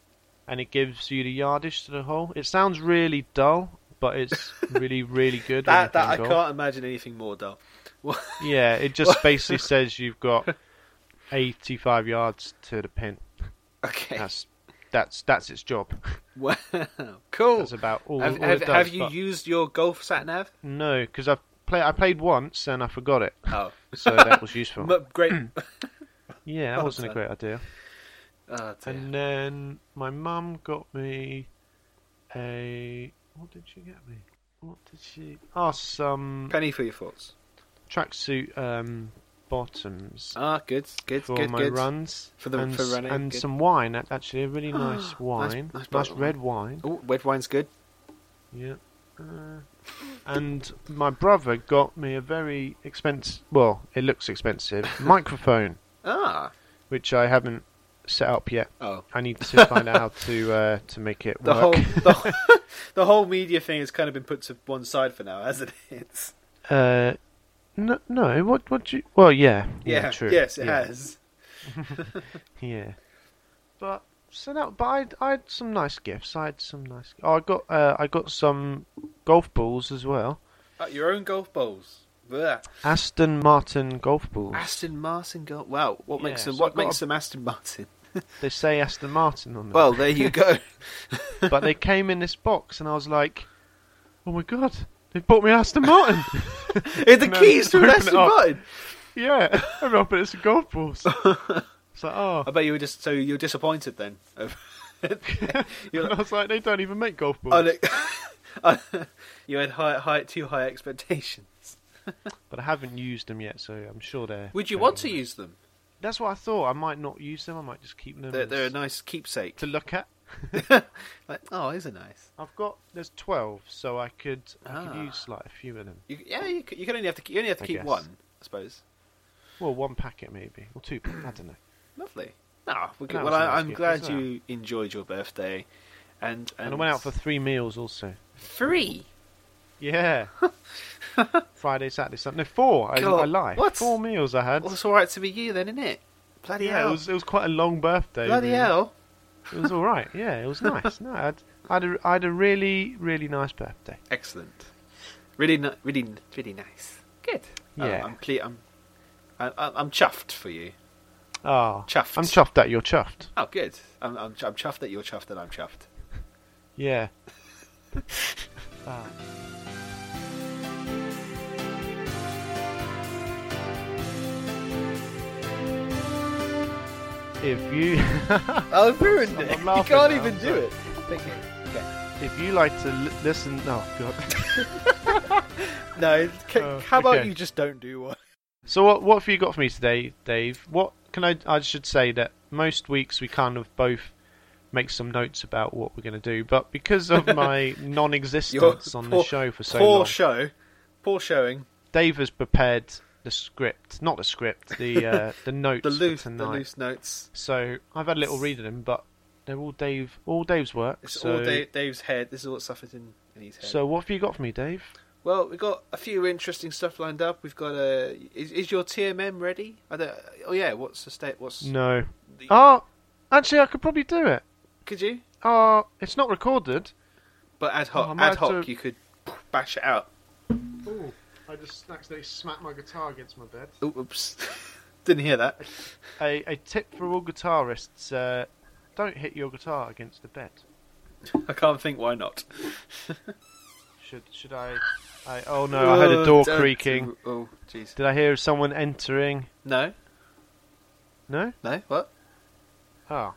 S1: and it gives you the yardage to the hole. It sounds really dull, but
S2: <laughs>
S1: it's really really good. when
S2: That,
S1: you're
S2: that I
S1: playing golf.
S2: can't imagine anything more dull.
S1: Yeah, it
S2: <laughs>
S1: just basically says you've got eighty five yards to the pin.
S2: Okay. <laughs>
S1: That's That's that's its job.
S2: Wow, cool.
S1: That's about all.
S2: have
S1: all
S2: have,
S1: it does,
S2: have you
S1: but-
S2: used your golf sat nav?
S1: No, because I play. I played once and I forgot it,
S2: Oh,
S1: so that
S2: <laughs>
S1: was useful.
S2: M-
S1: <clears throat>
S2: great.
S1: yeah, that wasn't a
S2: so-
S1: great idea.
S2: oh, dear.
S1: And then my mum got me a. What did she get me? What did she? Oh, some
S2: Penny for your thoughts.
S1: tracksuit um, bottoms
S2: Ah, good, good,
S1: for
S2: good,
S1: my
S2: good.
S1: runs
S2: For the-
S1: and,
S2: for
S1: s-
S2: running,
S1: and
S2: good.
S1: some wine. a- Actually, a really nice wine,
S2: <gasps> nice
S1: nice,
S2: bottle of
S1: red wine.
S2: Oh, red wine's good.
S1: Yeah. Uh, and my brother got me a very expensive. Well, it looks
S2: <laughs>
S1: expensive microphone,
S2: Ah,
S1: which I haven't set up yet.
S2: oh,
S1: I need to
S2: <laughs>
S1: find out how to uh, to make it
S2: the
S1: work.
S2: whole
S1: <laughs>
S2: the, whole- the whole media thing has kind of been put to one side for now, hasn't it?
S1: Uh, no, no. What? What? Do you, well, yeah, <laughs> yeah,
S2: yeah,
S1: true.
S2: yes, it
S1: yeah,
S2: has.
S1: Yeah, but so that. But I, I had some nice gifts. I had some nice. Oh, I got, uh, I got some golf balls as well.
S2: Uh, your own golf balls. Blech.
S1: Aston Martin golf balls.
S2: Aston Martin golf. Wow, what makes
S1: Yeah,
S2: them?
S1: so
S2: What
S1: I've got
S2: makes
S1: a-
S2: them
S1: <laughs>
S2: Aston Martin?
S1: they say Aston Martin on them.
S2: Well, there
S1: <laughs>
S2: you go.
S1: but
S2: <laughs>
S1: they came in this box, and I was like, oh my god, they bought me Aston
S2: <laughs>
S1: Martin.
S2: It's the
S1: No,
S2: keys to an
S1: open it
S2: Aston
S1: up.
S2: Martin.
S1: yeah, <laughs> I mean, but it's a golf balls.
S2: <laughs>
S1: It's like oh, <laughs>
S2: I bet you were just so you're disappointed then. <laughs> you're
S1: and I
S2: like,
S1: was like, they don't even make golf balls.
S2: oh, <laughs> no. you had high, high, too high expectations.
S1: But I haven't used them yet, so I'm sure they're.
S2: Would you
S1: they're
S2: want to
S1: all right.
S2: use them?
S1: That's what I thought. I might not use them. I might just keep them
S2: They're,
S1: as-
S2: they're a nice keepsake.
S1: to look at.
S2: <laughs> Like, oh, these are nice.
S1: I've got there's twelve, so I could, I
S2: Ah.
S1: could use like a few of them.
S2: You, yeah, you, c- you can only have to ke- you only have to
S1: I
S2: keep
S1: guess.
S2: one, I suppose.
S1: Well, one packet maybe, or two. <clears throat> pack- I don't know.
S2: Lovely. No, we're good.
S1: That
S2: well,
S1: was a
S2: I,
S1: nice
S2: I'm
S1: gift,
S2: glad
S1: wasn't it?
S2: you enjoyed your birthday, and and,
S1: And I went out for three meals also.
S2: three.
S1: Yeah. <laughs> Friday, Saturday, Sunday. No, four. I,
S2: God,
S1: I lie.
S2: what?
S1: Four meals I had.
S2: Well, it's all right to be you then, isn't it? Bloody
S1: yeah,
S2: hell!
S1: it was it was quite a long birthday.
S2: Bloody
S1: really.
S2: hell!
S1: It was all
S2: <laughs>
S1: right. Yeah, it was nice. No, I'd, I had a, I had a really really nice birthday.
S2: Excellent. Really, ni- really, really nice. Good. Oh,
S1: Yeah.
S2: I'm, ple- I'm, I, I- I'm chuffed for you.
S1: Ah,
S2: Chuffed.
S1: I'm chuffed that you're chuffed.
S2: Oh, good. I'm, I'm, ch- I'm chuffed that you're chuffed that I'm chuffed. <laughs>
S1: Yeah. If you <laughs>
S2: Oh, I've ruined
S1: I'm- it. I'm You laughing can't now, even I'm do sorry. it.
S2: Okay.
S1: if you like to li- listen, oh god. <laughs>
S2: No, c-
S1: Oh,
S2: how about
S1: okay.
S2: you just don't do one?
S1: So what what have you got for me today, Dave? What can I? I should say that most weeks we kind of both make some notes about what we're going to do, but because
S2: <laughs>
S1: of my non-existence on the show for so
S2: poor
S1: long,
S2: show, poor showing.
S1: Dave has prepared the script, not the script, the <laughs> uh, the notes
S2: The loose,
S1: for
S2: the
S1: tonight.
S2: loose notes.
S1: So I've had a little read of them, but they're all Dave, all Dave's work.
S2: It's
S1: so,
S2: all Dave, Dave's head. This is all suffered in, in his head.
S1: so what have you got for me, Dave?
S2: Well, we've got a few interesting stuff lined up. We've got a. Is, is your TMM ready? I don't, oh yeah, what's the state? What's
S1: No.
S2: the-
S1: Oh, actually, I could probably do it.
S2: could you?
S1: Oh, it's not recorded.
S2: But ad
S1: Oh, I
S2: hoc,
S1: might
S2: ad
S1: have
S2: hoc,
S1: to-
S2: you could bash it out.
S1: Ooh, I just accidentally smacked my guitar against my bed.
S2: Ooh, oops, <laughs> didn't hear that.
S1: A, a tip for all guitarists: uh, don't hit your guitar against the bed.
S2: I can't think why not.
S1: Should should I? I oh no, I heard a door creaking.
S2: Oh jeez.
S1: Did I hear someone entering?
S2: No,
S1: No.
S2: no. What?
S1: Ah.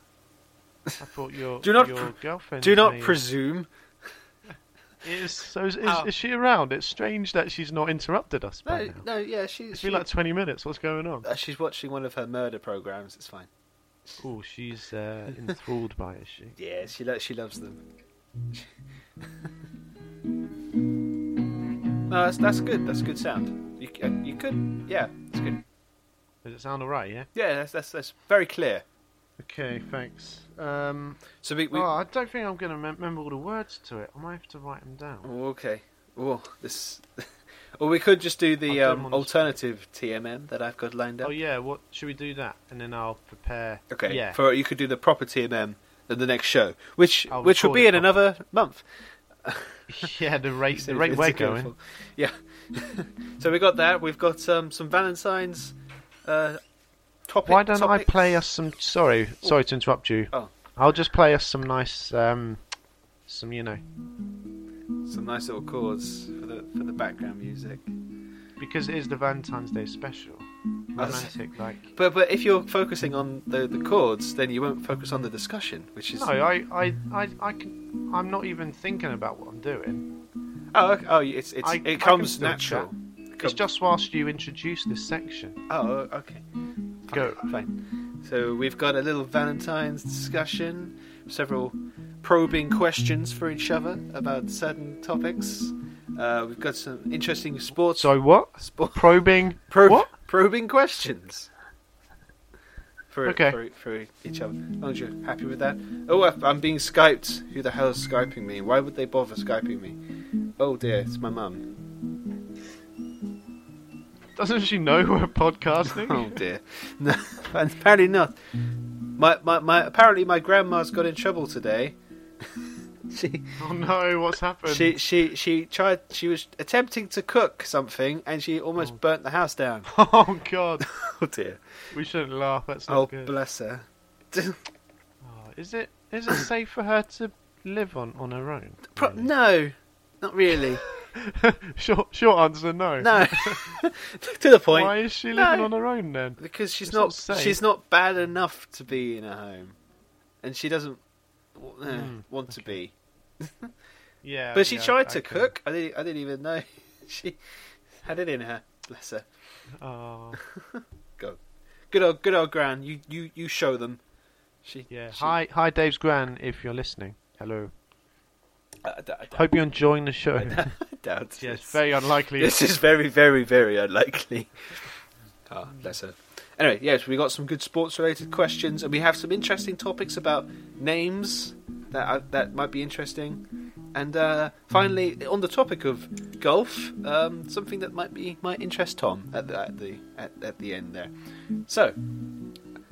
S1: I thought your
S2: Do not
S1: your girlfriend.
S2: Do not
S1: may-
S2: presume.
S1: It Is, so is, is,
S2: Ow.
S1: is she around? It's strange that she's not interrupted us. by
S2: Ah. No,
S1: now.
S2: no. Yeah, she's
S1: It's
S2: she,
S1: been like 20 minutes. What's going on?
S2: uh, she's watching one of her murder programs. It's fine.
S1: Oh, she's uh, enthralled by it. She.
S2: Yeah, she lo- she loves them. <laughs> no, that's that's good. That's good sound. You c- uh, you could yeah, it's good.
S1: Does it sound alright? Yeah.
S2: Yeah, that's that's, that's very clear.
S1: Okay. Thanks. Um,
S2: So we, we
S1: oh, I don't think I'm going to remember all the words to it. I might have to write them down.
S2: Oh, okay. Oh, this. <laughs> Or we could just do the
S1: I've done
S2: um,
S1: one as-
S2: alternative TMM that I've got lined up.
S1: Oh yeah. What should we do that? And then I'll prepare.
S2: Okay.
S1: Yeah.
S2: For you could do the proper TMM in the next show, which
S1: I'll
S2: which will
S1: record
S2: be
S1: it
S2: in
S1: properly.
S2: another month.
S1: <laughs> yeah. The rate.
S2: So
S1: The rate
S2: it's
S1: we're
S2: a good
S1: going.
S2: full- Yeah. <laughs> so we got that. We've got um, some Valentine's uh, topic.
S1: Why don't I
S2: topics.
S1: play us some? Sorry. Sorry to interrupt you.
S2: Oh.
S1: I'll just play us some nice, um, some you know,
S2: Some nice little chords for the for the background music.
S1: because it is the Valentine's Day special. Romantic, like.
S2: But but if you're focusing on the the chords, then you won't focus on the discussion, which is
S1: No, I, I, I, I can. I'm not even thinking about what I'm doing.
S2: oh okay, oh it's it's
S1: I- I
S2: it
S1: can
S2: comes
S1: still
S2: natural. It
S1: It's
S2: comes-
S1: just whilst you introduce this section.
S2: oh okay.
S1: Go.
S2: Fine. So we've got a little Valentine's discussion, several probing questions for each other about certain topics. Uh, we've got some interesting sports
S1: So what?
S2: sport
S1: Probing.
S2: prob-
S1: What?
S2: probing questions for,
S1: Okay.
S2: for for each other. As long as you're happy with that. Oh, I- I'm being skyped. Who the hell is skyping me? Why would they bother skyping me? Oh dear, it's my mum.
S1: Doesn't she know we're podcasting?
S2: Oh dear. <laughs> No, apparently not. My, my, my apparently my grandma's got in trouble today. <laughs> she
S1: <laughs> Oh no, what's happened?
S2: she she she tried she was attempting to cook something and she almost burnt the house down.
S1: <laughs> <laughs> Oh god,
S2: Oh dear.
S1: we shouldn't laugh. That's not
S2: Oh
S1: good.
S2: bless her.
S1: Oh, is it is it safe for her to live on on her own?
S2: Pro- no. Not
S1: <laughs>
S2: really.
S1: short short answer, no.
S2: No. <laughs> to the point.
S1: Why is she living
S2: No.
S1: on her own then?
S2: Because she's
S1: It's not
S2: not,
S1: safe.
S2: she's not bad enough to be in a home, and she doesn't w- eh,
S1: Hmm.
S2: want to be.
S1: Yeah,
S2: But she
S1: yeah,
S2: tried to
S1: okay.
S2: cook. I didn't. I didn't even know <laughs> she had it in her. Bless her.
S1: <laughs> Oh,
S2: Go. Good old, good old Gran. You, you, you show them. She.
S1: yeah.
S2: she-
S1: Hi, hi, Dave's gran. If you're listening, hello.
S2: I, I, I,
S1: Hope you're enjoying the
S2: <laughs>
S1: show. <laughs>
S2: I doubt
S1: yes,
S2: this.
S1: very unlikely.
S2: This is very, very, very unlikely. <laughs> Ah, bless her. Anyway, yes, we got some good sports-related questions, and we have some interesting topics about names that I, that might be interesting. And uh, finally, on the topic of golf, um, something that might be might interest Tom at the at the at, at the end there. So,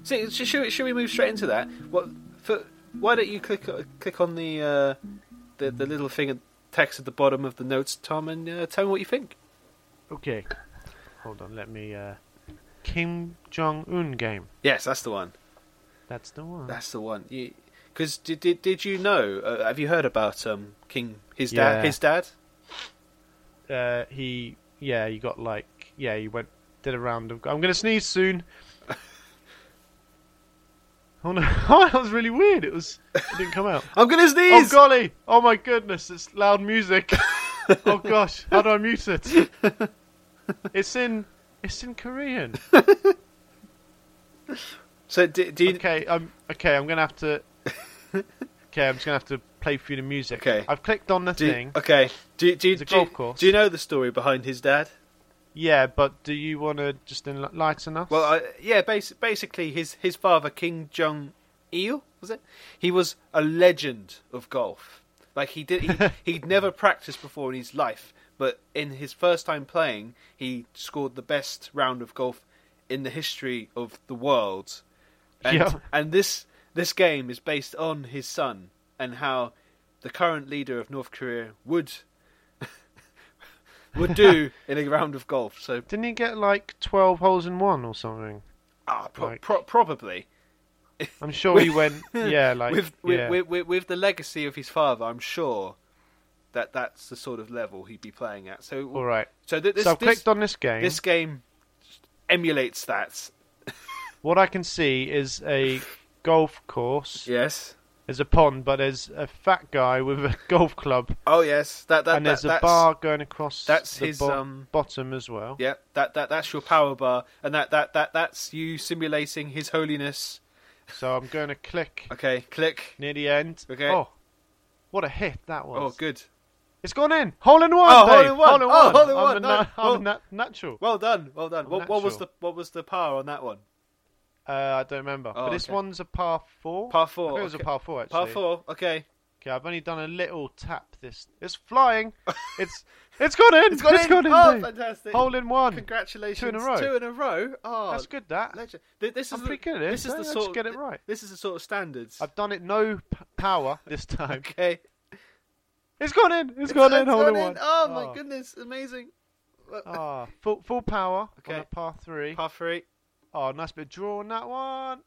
S2: so sh- should, we- should we move straight into that? What for? Why don't you click click on the uh, the the little thing of text at the bottom of the notes, Tom, and uh, tell me what you think.
S1: Okay, hold on. Let me. Uh, Kim Jong Un game.
S2: Yes, that's the one.
S1: That's the one.
S2: That's the one. Because did, did did you know? Uh, have you heard about um King his
S1: Yeah.
S2: dad his dad?
S1: uh, he yeah he got like yeah he went did a round of I'm gonna sneeze
S2: <laughs>
S1: soon. oh no! <laughs> that was really weird. It was it didn't come out.
S2: I'm gonna
S1: oh
S2: sneeze.
S1: golly! Oh my goodness! It's loud
S2: <laughs>
S1: music. oh gosh! How do I mute it? It's in it's in Korean.
S2: So did, do you,
S1: Okay, I'm okay. I'm gonna have
S2: <laughs>
S1: to. Okay, I'm just gonna have to play through the music.
S2: Okay.
S1: I've clicked on the
S2: do you-
S1: thing.
S2: okay do you- do you-
S1: It's a
S2: do you-
S1: golf course.
S2: Do you know the story behind his dad?
S1: Yeah, but do you want to just enlighten us?
S2: Well, I, yeah, basi- basically his his father King Jong Il was it? He was a legend of golf. Like he did, he, he'd never practiced before in his life, but in his first time playing, he scored the best round of golf in the history of the world. And,
S1: Yeah.
S2: and this this game is based on his son and how the current leader of North Korea would <laughs> would do in a round of golf. So
S1: Didn't he get like 12 holes in one or something?
S2: ah, pro-
S1: Like-
S2: pro- probably.
S1: I'm sure he went, yeah, like.
S2: <laughs> with, with,
S1: yeah.
S2: with, with with the legacy of his father, I'm sure that that's the sort of level he'd be playing at. So
S1: All right.
S2: so th- this
S1: so I've
S2: this,
S1: clicked on this game.
S2: this game emulates that.
S1: What I can see is a golf course.
S2: Yes.
S1: There's a pond, but there's a fat guy with a <laughs> golf club.
S2: Oh yes. That that
S1: and
S2: that,
S1: there's a
S2: that's,
S1: bar going across
S2: that's
S1: the
S2: his,
S1: bo-
S2: um,
S1: bottom as well.
S2: Yeah. That that that's your power bar, and that that that that's you simulating His Holiness.
S1: So I'm going to click
S2: Okay. Click.
S1: near the end.
S2: Okay.
S1: Oh, what a hit that was.
S2: Oh, good.
S1: It's gone in. Hole in one.
S2: Oh, hole
S1: Dave.
S2: in one.
S1: Hole in
S2: Oh,
S1: one.
S2: hole in
S1: I'm
S2: one.
S1: a
S2: No.
S1: na-
S2: Oh.
S1: I'm a na- natural.
S2: Well done. Well done. What, what was the
S1: Natural.
S2: what was the power on that one?
S1: Uh, I don't remember.
S2: Oh,
S1: but this
S2: okay.
S1: one's a par four.
S2: Par
S1: I
S2: four.
S1: think it was
S2: okay.
S1: a par four, actually.
S2: Par four. Okay.
S1: Okay, I've only done a little tap. This it's
S2: <laughs>
S1: flying. It's it's gone in. It's gone in.
S2: Oh,
S1: Dave.
S2: fantastic.
S1: Hole in one.
S2: Congratulations.
S1: Two in a row.
S2: Two in a row. Oh,
S1: That's good. That
S2: Legend. Th- This is
S1: I'm
S2: the,
S1: pretty good at this.
S2: This is
S1: I
S2: the
S1: just
S2: sort of,
S1: get it right.
S2: This is the sort of standards.
S1: I've done it. No p- power
S2: <laughs>
S1: this time.
S2: Okay.
S1: It's gone in. it's gone in.
S2: It's
S1: Hole
S2: gone
S1: in one.
S2: Oh, my goodness, amazing.
S1: Ah, full full power
S2: Okay.
S1: on a par three. Ah,
S2: Par three.
S1: Oh, nice bit of draw on that one.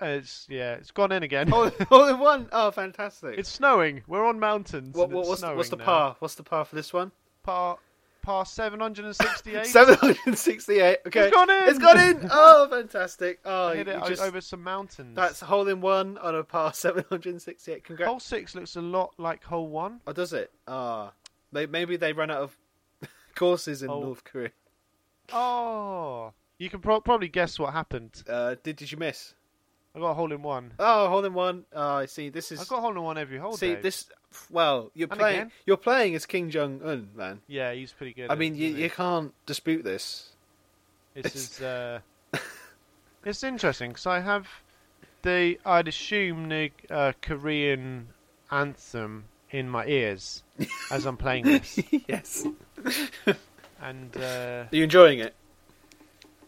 S1: It's yeah, it's gone in again. <laughs>
S2: all, all in one. Oh, fantastic!
S1: it's snowing. We're on mountains.
S2: what,
S1: and
S2: what,
S1: it's
S2: what's, the- what's the
S1: snowing now.
S2: par? What's the par for this one?
S1: Par par seven hundred and sixty-eight.
S2: <laughs> Seven hundred sixty-eight. Okay,
S1: It's gone in!
S2: It's gone in. Oh,
S1: <laughs>
S2: fantastic! Oh,
S1: Hit
S2: you
S1: it o-
S2: just,
S1: over some mountains.
S2: that's a hole in one on a par <laughs> seven hundred sixty-eight. Congrats!
S1: hole six looks a lot like hole one.
S2: Oh, does it? Ah, May maybe they run out of <laughs> courses in
S1: Oh.
S2: North Korea.
S1: Oh, you can pro- probably guess what happened.
S2: Uh, did did you miss?
S1: I got a hole in one.
S2: Oh, hole in one. Oh, I see. This is
S1: I got a hole in one every hole.
S2: see
S1: Dave.
S2: this. Well, you're
S1: Oh, And
S2: playing.
S1: again.
S2: You're playing as King Jong Un, man.
S1: Yeah, he's pretty good.
S2: I
S1: at
S2: mean,
S1: it,
S2: you,
S1: isn't he?
S2: you can't
S1: <laughs>
S2: dispute this.
S1: This is. Uh, it's interesting because I have the. I'd assume the uh, Korean anthem in my
S2: <laughs>
S1: ears as I'm playing this,
S2: yes.
S1: and uh,
S2: Are you enjoying it?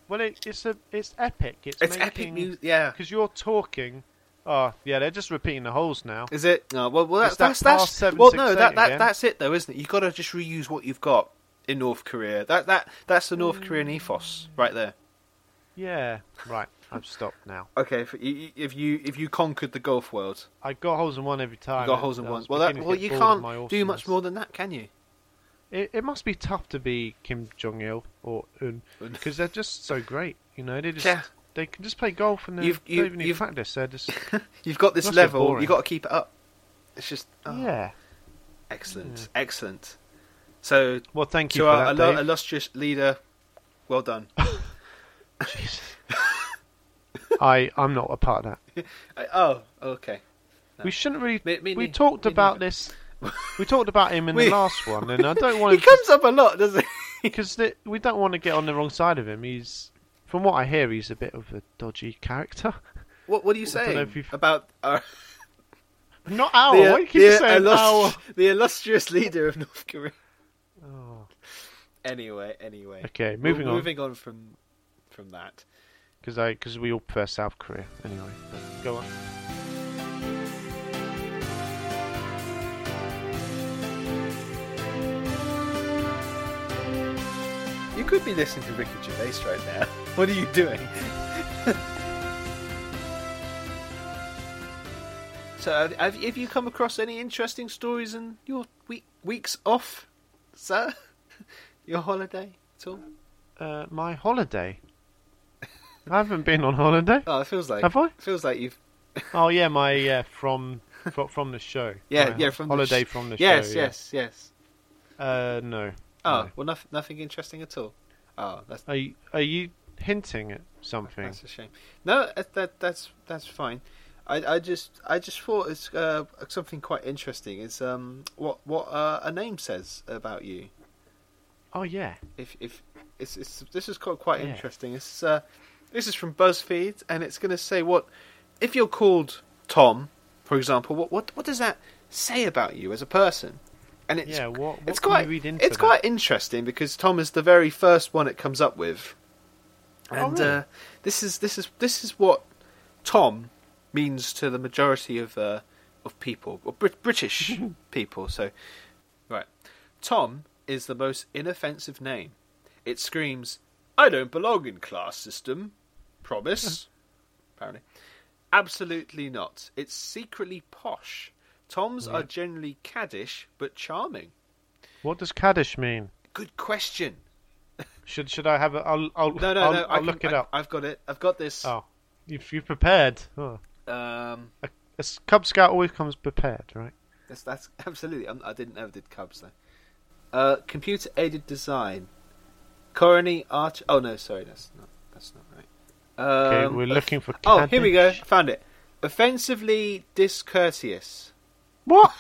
S1: well, it, it's a. It's epic. It's,
S2: It's epic
S1: making,
S2: music. Yeah.
S1: Because you're talking. Oh yeah, they're just repeating the holes now.
S2: Is it? No. Well, well that's
S1: It's that
S2: that's, that's
S1: past seven,
S2: well,
S1: six,
S2: no,
S1: eight
S2: that, that
S1: again.
S2: that's it though, isn't it? You got to just reuse what you've got in North Korea. That that that's the North Korean
S1: Mm.
S2: ethos right there.
S1: Yeah. Right. I've stopped now.
S2: Okay, if you if you if you conquered the golf world,
S1: I got holes in one every time.
S2: you got holes in
S1: I
S2: one.
S1: was
S2: Well, that,
S1: beginning to
S2: well,
S1: get
S2: you
S1: bored of my
S2: can't do much
S1: awesomeness.
S2: more than that, can you?
S1: It, it must be tough to be Kim Jong Il or Un
S2: Un.
S1: because they're just so great. You know, they just
S2: Yeah.
S1: they can just play golf and they
S2: You've-
S1: don't
S2: you-
S1: even need
S2: you've-
S1: practice. They're just
S2: You've got this
S1: Must get
S2: level.
S1: boring.
S2: You got to keep it up. It's just <laughs> oh,
S1: yeah.
S2: excellent, excellent. So
S1: Well, thank you
S2: to
S1: for
S2: our
S1: that,
S2: illu-
S1: Dave.
S2: illustrious leader, well done.
S1: Jeez. I I'm not a part of that.
S2: I- oh, okay.
S1: We shouldn't really.
S2: Me- me
S1: we
S2: nei-
S1: talked
S2: me
S1: about
S2: <laughs>
S1: this. We talked about him in
S2: We-
S1: the last one, and I
S2: <laughs>
S1: don't want
S2: He
S1: to
S2: comes up a lot, doesn't he? <laughs>
S1: because th- we don't want to get on the wrong side of him. He's, from what I hear, he's a bit of a dodgy character. <laughs>
S2: What What are you
S1: I don't know
S2: saying
S1: if you've-
S2: about our?
S1: Not our.
S2: the,
S1: Why do you keep
S2: the
S1: saying
S2: illus-
S1: our?
S2: <laughs> the illustrious leader of North Korea.
S1: Oh.
S2: Anyway, anyway.
S1: Okay, moving
S2: Well,
S1: on.
S2: Moving on from from that.
S1: Because I because we all prefer South Korea anyway. But go on.
S2: You could be listening to Ricky Gervais right now. <laughs> What are you doing? so, have, have have you come across any interesting stories in your week, weeks off, sir? <laughs> Your holiday at all?
S1: Uh, my holiday. I haven't been on holiday.
S2: <laughs> Oh, it feels like
S1: Have I?
S2: feels like you've
S1: Oh yeah, my yeah from from, from the show.
S2: <laughs> yeah
S1: My
S2: yeah from
S1: holiday
S2: the sh-
S1: from the
S2: yes,
S1: show.
S2: Yes, yes, yes.
S1: Yeah. Uh no.
S2: Oh,
S1: No.
S2: well, nothing, nothing interesting at all. Oh, that's
S1: Are you, are you hinting at something?
S2: that's a shame. No, that, that that's that's fine. I, I just I just thought it's uh, something quite interesting. Is um what what uh, a name says about you.
S1: Oh yeah.
S2: If if it's, it's this is quite quite
S1: Yeah.
S2: interesting. This is uh, this is from BuzzFeed, and it's going to say what if you're called Tom, for example. What what what does that say about you as a person? And it's
S1: yeah. What, what
S2: it's
S1: can
S2: quite
S1: you read into
S2: it's
S1: that?
S2: quite interesting because Tom is the very first one it comes up with,
S1: Oh,
S2: and
S1: really?
S2: uh, this is this is this is what Tom means to the majority of uh, of people, or
S1: <laughs>
S2: Brit- British people. So, right, Tom is the most inoffensive name. It screams, "I don't belong in class system."
S1: <laughs>
S2: Promise, apparently. Absolutely not. It's secretly posh. Toms are generally caddish but charming.
S1: What does Kaddish mean? <laughs>
S2: Good question.
S1: Should should I have a? I'll I'll
S2: No, no,
S1: I'll,
S2: no.
S1: I'll
S2: can-
S1: look it up.
S2: I've got it. I've got this.
S1: Oh, if you prepared. Oh.
S2: Um,
S1: A, a s- Cub Scout always comes prepared, right?
S2: that's, that's <laughs> absolutely. I'm, I didn't know it did Cubs though. Uh, computer aided design. Coronary arch. Oh no, sorry, that's not. That's not right.
S1: Okay,
S2: Um,
S1: we're looking for.
S2: Oh, here we go. I
S1: cabbage.
S2: found it. Offensively discourteous. <laughs>
S1: What?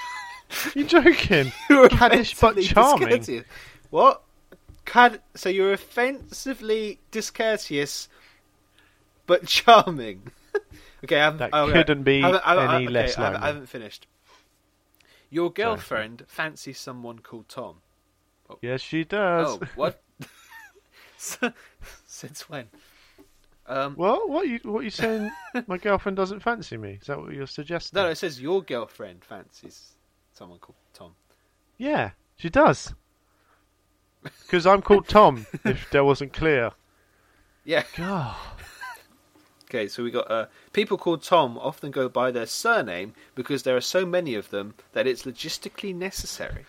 S1: you joking? Caddish but
S2: Offensively
S1: charming.
S2: discourteous. What? Cad- so you're offensively discourteous, but <laughs> charming. okay, I haven't,
S1: That
S2: oh, okay.
S1: couldn't be
S2: I haven't- I haven't-
S1: any
S2: okay,
S1: less
S2: I haven't, I
S1: lonely.
S2: haven't finished. Your girlfriend fancies someone called Tom.
S1: Yes, she does.
S2: Oh, what? <laughs> S- Since when? Um,
S1: Well, what you what you saying? My girlfriend doesn't fancy me. Is that what you're suggesting?
S2: no, no, it says your girlfriend fancies someone called Tom.
S1: Yeah, she does. Because I'm called Tom. if that wasn't clear.
S2: Yeah.
S1: God.
S2: Okay, so we got uh, people called Tom often go by their surname because there are so many of them that it's
S1: <laughs>
S2: logistically necessary.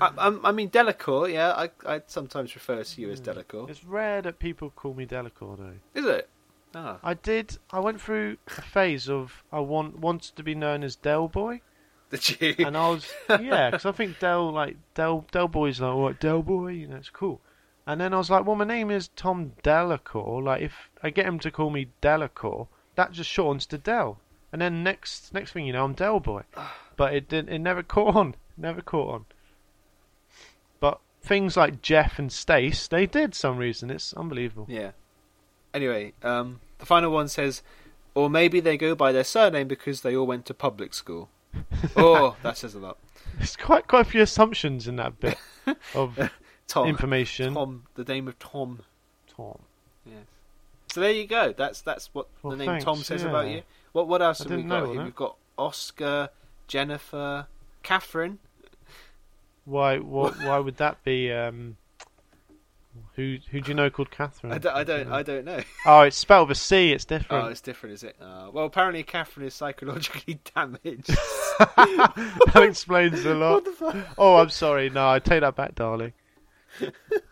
S2: I, I'm- I, mean, Delacour, yeah, I, I sometimes refer to you as Delacour.
S1: Hmm. It's rare that people call me Delacour though.
S2: Is it? Ah, <laughs>
S1: I did. I went through a phase of I want wanted to be known as Del Boy,
S2: did you?
S1: and I was yeah, because I think Del like Del Del Boy's like all right, Del Boy, you know, it's cool. And then I was like, well, my name is Tom Delacour. Like, if I get him to call me Delacour, that just shortens to Del. And then next next thing you know, I'm Del Boy. But it didn't. It never caught on. Never caught on. But things like Jeff and Stace, they did some reason. It's unbelievable.
S2: Yeah. Anyway, um, the final one says, or maybe they go by their surname because they all went to public
S1: <laughs>
S2: school. oh, that says a lot.
S1: There's quite quite a few assumptions in that bit of
S2: Tom.
S1: information.
S2: Oh, Tom, the name of Tom.
S1: Tom.
S2: So there you go. That's that's what
S1: Well,
S2: the name
S1: thanks,
S2: Tom says
S1: yeah.
S2: about you. What what else
S1: I
S2: have we
S1: didn't
S2: got
S1: know
S2: here?
S1: that.
S2: We've got Oscar, Jennifer, Catherine. <laughs>
S1: Why? What? Why would that be? Um, who? Who do you know called Catherine?
S2: I, d- I don't I don't know.
S1: Oh, it's spelled with a C. It's different. <laughs>
S2: Oh, it's different, is it? Uh, well, apparently Catherine is psychologically <laughs>
S1: <laughs>
S2: damaged.
S1: that explains a lot. Oh, I'm sorry. No, I take that back,
S2: <laughs>
S1: darling.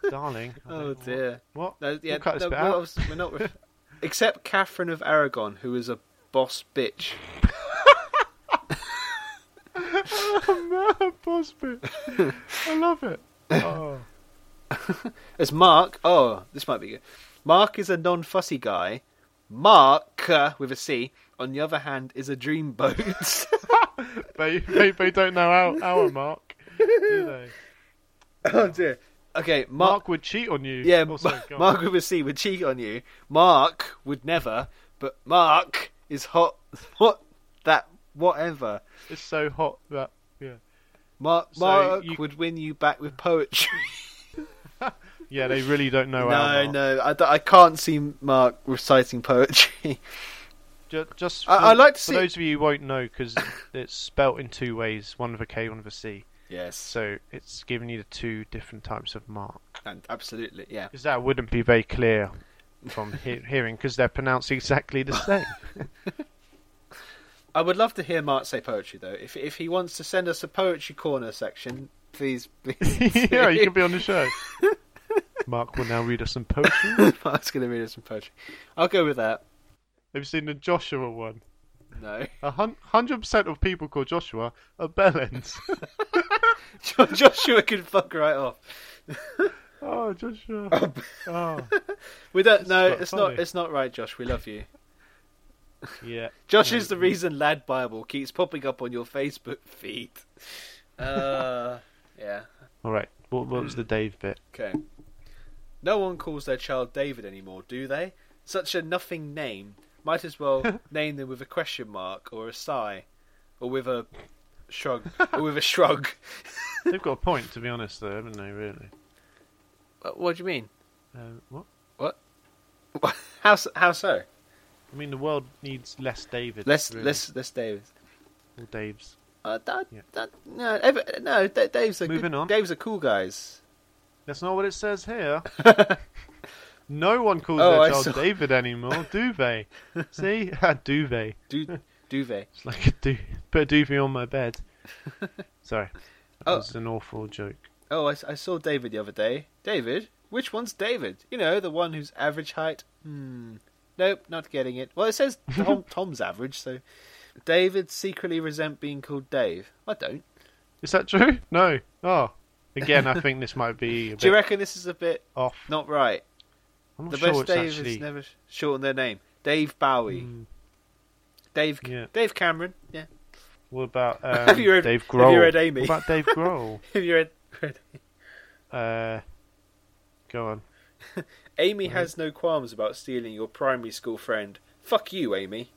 S1: darling. I
S2: oh
S1: don't know
S2: dear.
S1: What?
S2: No, yeah,
S1: We'll cut this
S2: no,
S1: bit
S2: we're
S1: out. <laughs>
S2: <laughs> obviously- we're not ref- except Catherine of Aragon, who is a boss bitch.
S1: Busby.
S2: <laughs>
S1: I love it. Oh.
S2: As Mark, oh, this might be good. Mark is a non-fussy guy. Mark uh, with a C, on the other hand, is a dreamboat. <laughs>
S1: They, they they don't know our our Mark. Do
S2: <laughs>
S1: they?
S2: oh dear. Okay,
S1: Mark,
S2: Mark.
S1: would cheat on you.
S2: yeah,
S1: Oh, sorry,
S2: Ma-
S1: go on.
S2: Mark with a C would cheat on you. Mark would never, but Mark is hot. <laughs> What that? Whatever.
S1: It's so hot that yeah.
S2: Mark,
S1: So
S2: Mark
S1: you-
S2: would win you back
S1: <laughs>
S2: with poetry.
S1: Yeah, they really don't know our
S2: No,
S1: Mark.
S2: no, I, d- I can't see Mark reciting poetry. <laughs>
S1: Ju- Just for,
S2: I- I'd like to
S1: for
S2: see-
S1: those of you who won't know, because it's spelt in two ways, one with a K, one with a C.
S2: yes,
S1: So it's giving you the two different types of mark.
S2: and absolutely, yeah.
S1: Because that wouldn't be very clear from
S2: <laughs>
S1: he- hearing, because they're pronounced exactly the same. <laughs>
S2: I would love to hear Mark say poetry though. If if he wants to send us a poetry corner section, please, <laughs>
S1: <laughs>
S2: please.
S1: yeah, you can be on the
S2: <laughs>
S1: show. Mark will now read us some poetry. Have
S2: Mark's gonna read us some poetry. I'll go with that.
S1: you seen the Joshua one?
S2: No,
S1: A hun- 100% of people called Joshua are bellends.
S2: Jo- Joshua can fuck right off.
S1: <laughs> oh, Joshua. oh,
S2: We don't. No,
S1: not
S2: it's not.
S1: funny.
S2: It's not right, Josh. We love you.
S1: yeah.
S2: Josh is the reason Lad Bible keeps popping up on your Facebook feed. <laughs> Uh, yeah.
S1: All right. What, what was the Dave bit?
S2: Okay. No one calls their child David anymore, do they? Such a nothing name. Might as <laughs> well name them with a question mark or a sigh, or with a shrug, or with a shrug.
S1: They've got a point, to be honest, though, haven't they? Really?
S2: <laughs> Uh, What do you mean?
S1: Um, what?
S2: What? How s- how so?
S1: I mean, the world needs less David.
S2: Let's
S1: really,
S2: let's let's David.
S1: Or Daves.
S2: Uh, that,
S1: Yeah.
S2: that, no, ever, no. Da- Dave's a
S1: Moving
S2: good,
S1: on.
S2: Dave's a cool
S1: <laughs>
S2: guys.
S1: That's not what it says
S2: <laughs>
S1: here. no one calls
S2: Oh, I
S1: their child
S2: saw-
S1: David
S2: <laughs>
S1: anymore, do they? See? <laughs> do they?
S2: Do duvet.
S1: It's like a do- put a duvet on my
S2: <laughs>
S1: bed. Sorry. That
S2: Oh.
S1: was an awful joke.
S2: Oh, I, s- I saw David the other day. David? Which one's David? You know, the one who's average height. Hmm. Nope, not getting it. Well,
S1: <laughs>
S2: it says Tom, Tom's average, so. David secretly resent being called Dave. I don't.
S1: Is that true? No. Oh. Again, I think this might be a
S2: <laughs> Do you
S1: bit
S2: reckon this is a bit
S1: off.
S2: not right?
S1: I'm not
S2: The
S1: sure
S2: best
S1: it's
S2: Davids
S1: actually.
S2: never sh- shorten their name. Dave Bowie.
S1: Mm.
S2: Dave
S1: Yeah.
S2: Dave Cameron. Yeah. <laughs>
S1: What about um,
S2: Have you read-
S1: Dave
S2: have you
S1: Grohl?
S2: read Amy?
S1: What about
S2: <laughs>
S1: Dave Grohl?
S2: Have you read? read-
S1: uh, go on.
S2: Amy has no qualms about stealing your primary school friend. Fuck you, Amy.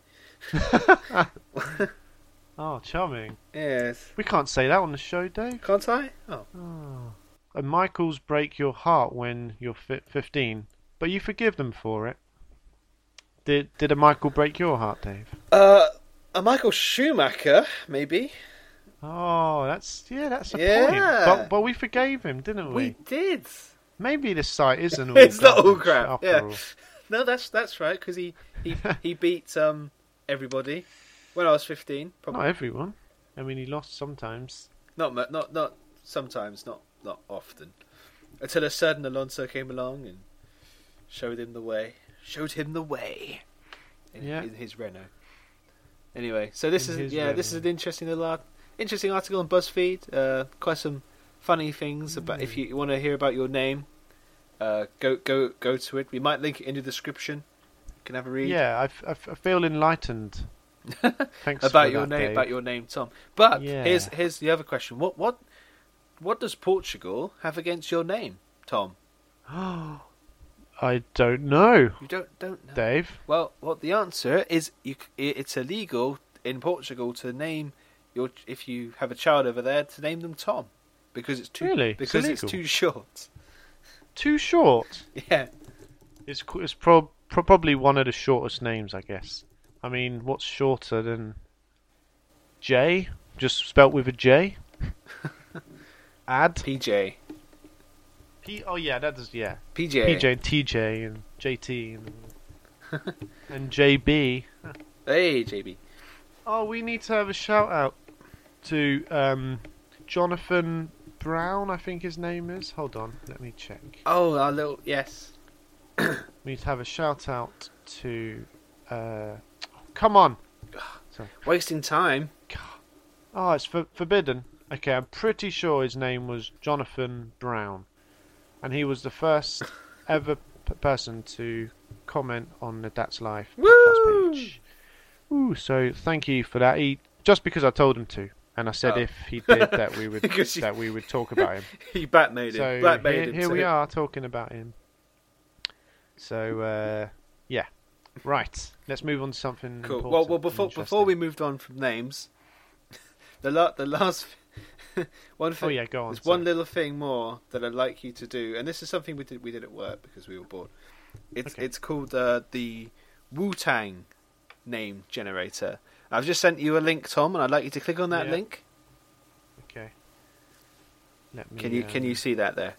S1: Oh, charming.
S2: Yes.
S1: We can't say that on the show, Dave.
S2: Can't I? Oh.
S1: And Michael's break your heart when you're fi- 15, but you forgive them for it. Did did a Michael break your heart, Dave?
S2: Uh, a Michael Schumacher, maybe.
S1: Oh, that's yeah, that's a
S2: Yeah.
S1: point. But but we forgave him, didn't we?
S2: We did.
S1: Maybe this site isn't. All
S2: <laughs> It's not all
S1: garbage
S2: crap,
S1: after
S2: yeah. <laughs>
S1: all.
S2: No, that's that's right because he he <laughs> he beat um everybody when I was fifteen. Probably
S1: Not everyone. I mean, he lost sometimes.
S2: not mu- not not sometimes, not not often. Until a certain Alonso came along and showed him the way, showed him the way. In,
S1: Yeah.
S2: in his Renault. Anyway, so this
S1: In
S2: is
S1: his
S2: yeah, this is
S1: Renault.
S2: an interesting little art- interesting article on BuzzFeed. Uh, quite some funny things about if
S1: Mm.
S2: you want to hear about your name, uh, go go go to it. We might link it in the description. You can have a read
S1: Yeah, I, f- I f- I feel
S2: <laughs>
S1: enlightened. Thanks
S2: about
S1: for
S2: your
S1: that,
S2: name,
S1: Dave.
S2: about your name, Tom. But
S1: Yeah.
S2: here's here's the other question: what what what does Portugal have against your name, Tom?
S1: <gasps> I don't know,
S2: You don't don't know.
S1: Dave.
S2: Well, well, the answer is you. c- i- It's illegal in Portugal to name your if you have a child over there to name them Tom because it's too
S1: Really? It's
S2: because it's,
S1: illegal?
S2: too short. <laughs>
S1: Too short.
S2: Yeah,
S1: It's qu- it's prob probably one of the shortest names, I guess. I mean, what's shorter than J? Just spelt with a J. Ad.
S2: PJ,
S1: P. Oh yeah, that does yeah.
S2: PJ,
S1: PJ and TJ and JT and, and JB.
S2: Hey, JB.
S1: Oh, we need to have a shout out to um, Jonathan Brown, I think his name is. Hold on, let me check.
S2: Oh, our little yes.
S1: We need to have a shout out to. Uh, come on!
S2: Wasting time. <laughs>
S1: Oh, it's for- forbidden. Okay, I'm pretty sure his name was Jonathan Brown, and he was the
S2: <laughs>
S1: first ever p- person to comment on the That's Life
S2: Woo!
S1: podcast page. Ooh, so thank you for that. He just because I told him to, and I said
S2: Oh.
S1: if he did that
S2: <laughs>
S1: we would
S2: 'Cause you-
S1: that we would talk about him.
S2: <laughs> He blackmailed him.
S1: So
S2: blackmailed
S1: here,
S2: him
S1: here
S2: to
S1: we
S2: it.
S1: are talking about him. So uh, yeah, right. Let's move on to something.
S2: Cool.
S1: Important
S2: Well, well,
S1: and
S2: before before we
S1: interesting.
S2: moved on from names, <laughs> the la- the last <laughs> one thing,
S1: Oh, yeah, go on,
S2: There's
S1: sorry.
S2: one little thing more that I'd like you to do, and this is something we did we did at work because we were bored. It's
S1: Okay.
S2: it's called uh, the Wu Tang name generator. I've just sent you a link, Tom, and I'd like you to click on that
S1: Yeah.
S2: link.
S1: okay. Let me,
S2: Can you can
S1: um,
S2: you see that there?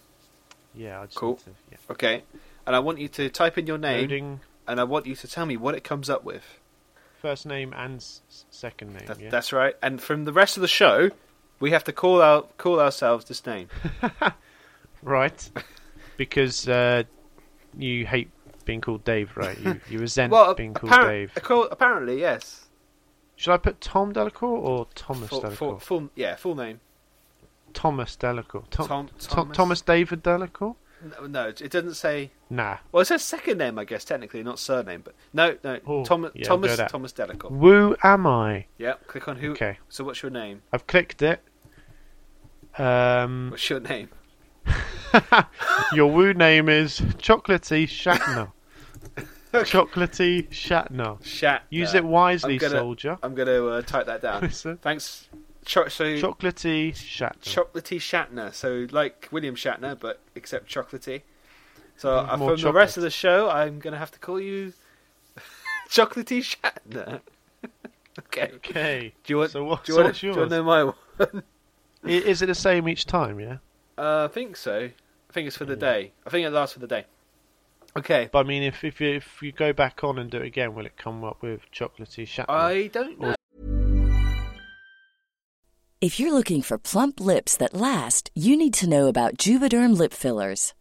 S1: Yeah, I just
S2: Cool.
S1: need to- yeah.
S2: Okay, and I want you to type in your name,
S1: Loading
S2: and I want you to tell me what it comes up with.
S1: first name and s- second name.
S2: That's,
S1: yeah?
S2: that's right. And from the rest of the show, we have to call out call ourselves this name. <laughs>
S1: Right. because uh, you hate being called Dave, right? You, you resent
S2: well,
S1: being called
S2: apparent-
S1: Dave.
S2: acco- apparently, yes.
S1: Should I put Tom Delacour or Thomas
S2: Full, full,
S1: Delacour?
S2: full, yeah, full name.
S1: Thomas Delacour. Tom,
S2: Tom-
S1: Tom-
S2: Thomas-
S1: Thomas David Delacour?
S2: No, no, it doesn't say.
S1: Nah.
S2: Well, it says second name, I guess, technically, not surname. But no, no,
S1: Oh,
S2: Thomas,
S1: yeah, go
S2: Thomas,
S1: that.
S2: Thomas Delacour.
S1: Who am I?
S2: Yeah, click on who.
S1: Okay.
S2: So, what's your name?
S1: I've clicked it. Um,
S2: What's your name?
S1: your woo name is Chocolatey
S2: <laughs>
S1: Shatner. Chocolatey Shatner.
S2: Shat.
S1: Use
S2: no.
S1: it wisely,
S2: I'm gonna-
S1: soldier.
S2: I'm going to uh, type that down.
S1: Listen.
S2: Thanks. Cho- so,
S1: Chocolatey Shatner.
S2: chocolatey Shatner. So like William Shatner, but except chocolatey. So
S1: Mm,
S2: uh, from
S1: more
S2: the rest
S1: chocolate.
S2: of the show, I'm gonna have to call you <laughs> chocolatey Shatner. <laughs> okay. Do
S1: Okay.
S2: you want?
S1: So what-
S2: do you
S1: so
S2: want,
S1: what's
S2: do you want
S1: yours?
S2: to know my one? <laughs>
S1: I- Is it the same each time? Yeah.
S2: Uh, I think so. I think it's for the day. I think it lasts for the day. Okay.
S1: But I mean, if if you, if you go back on and do it again, will it come up with chocolatey Shatner?
S2: I don't know.
S3: If you're looking for plump lips that last, you need to know about Juvederm lip fillers.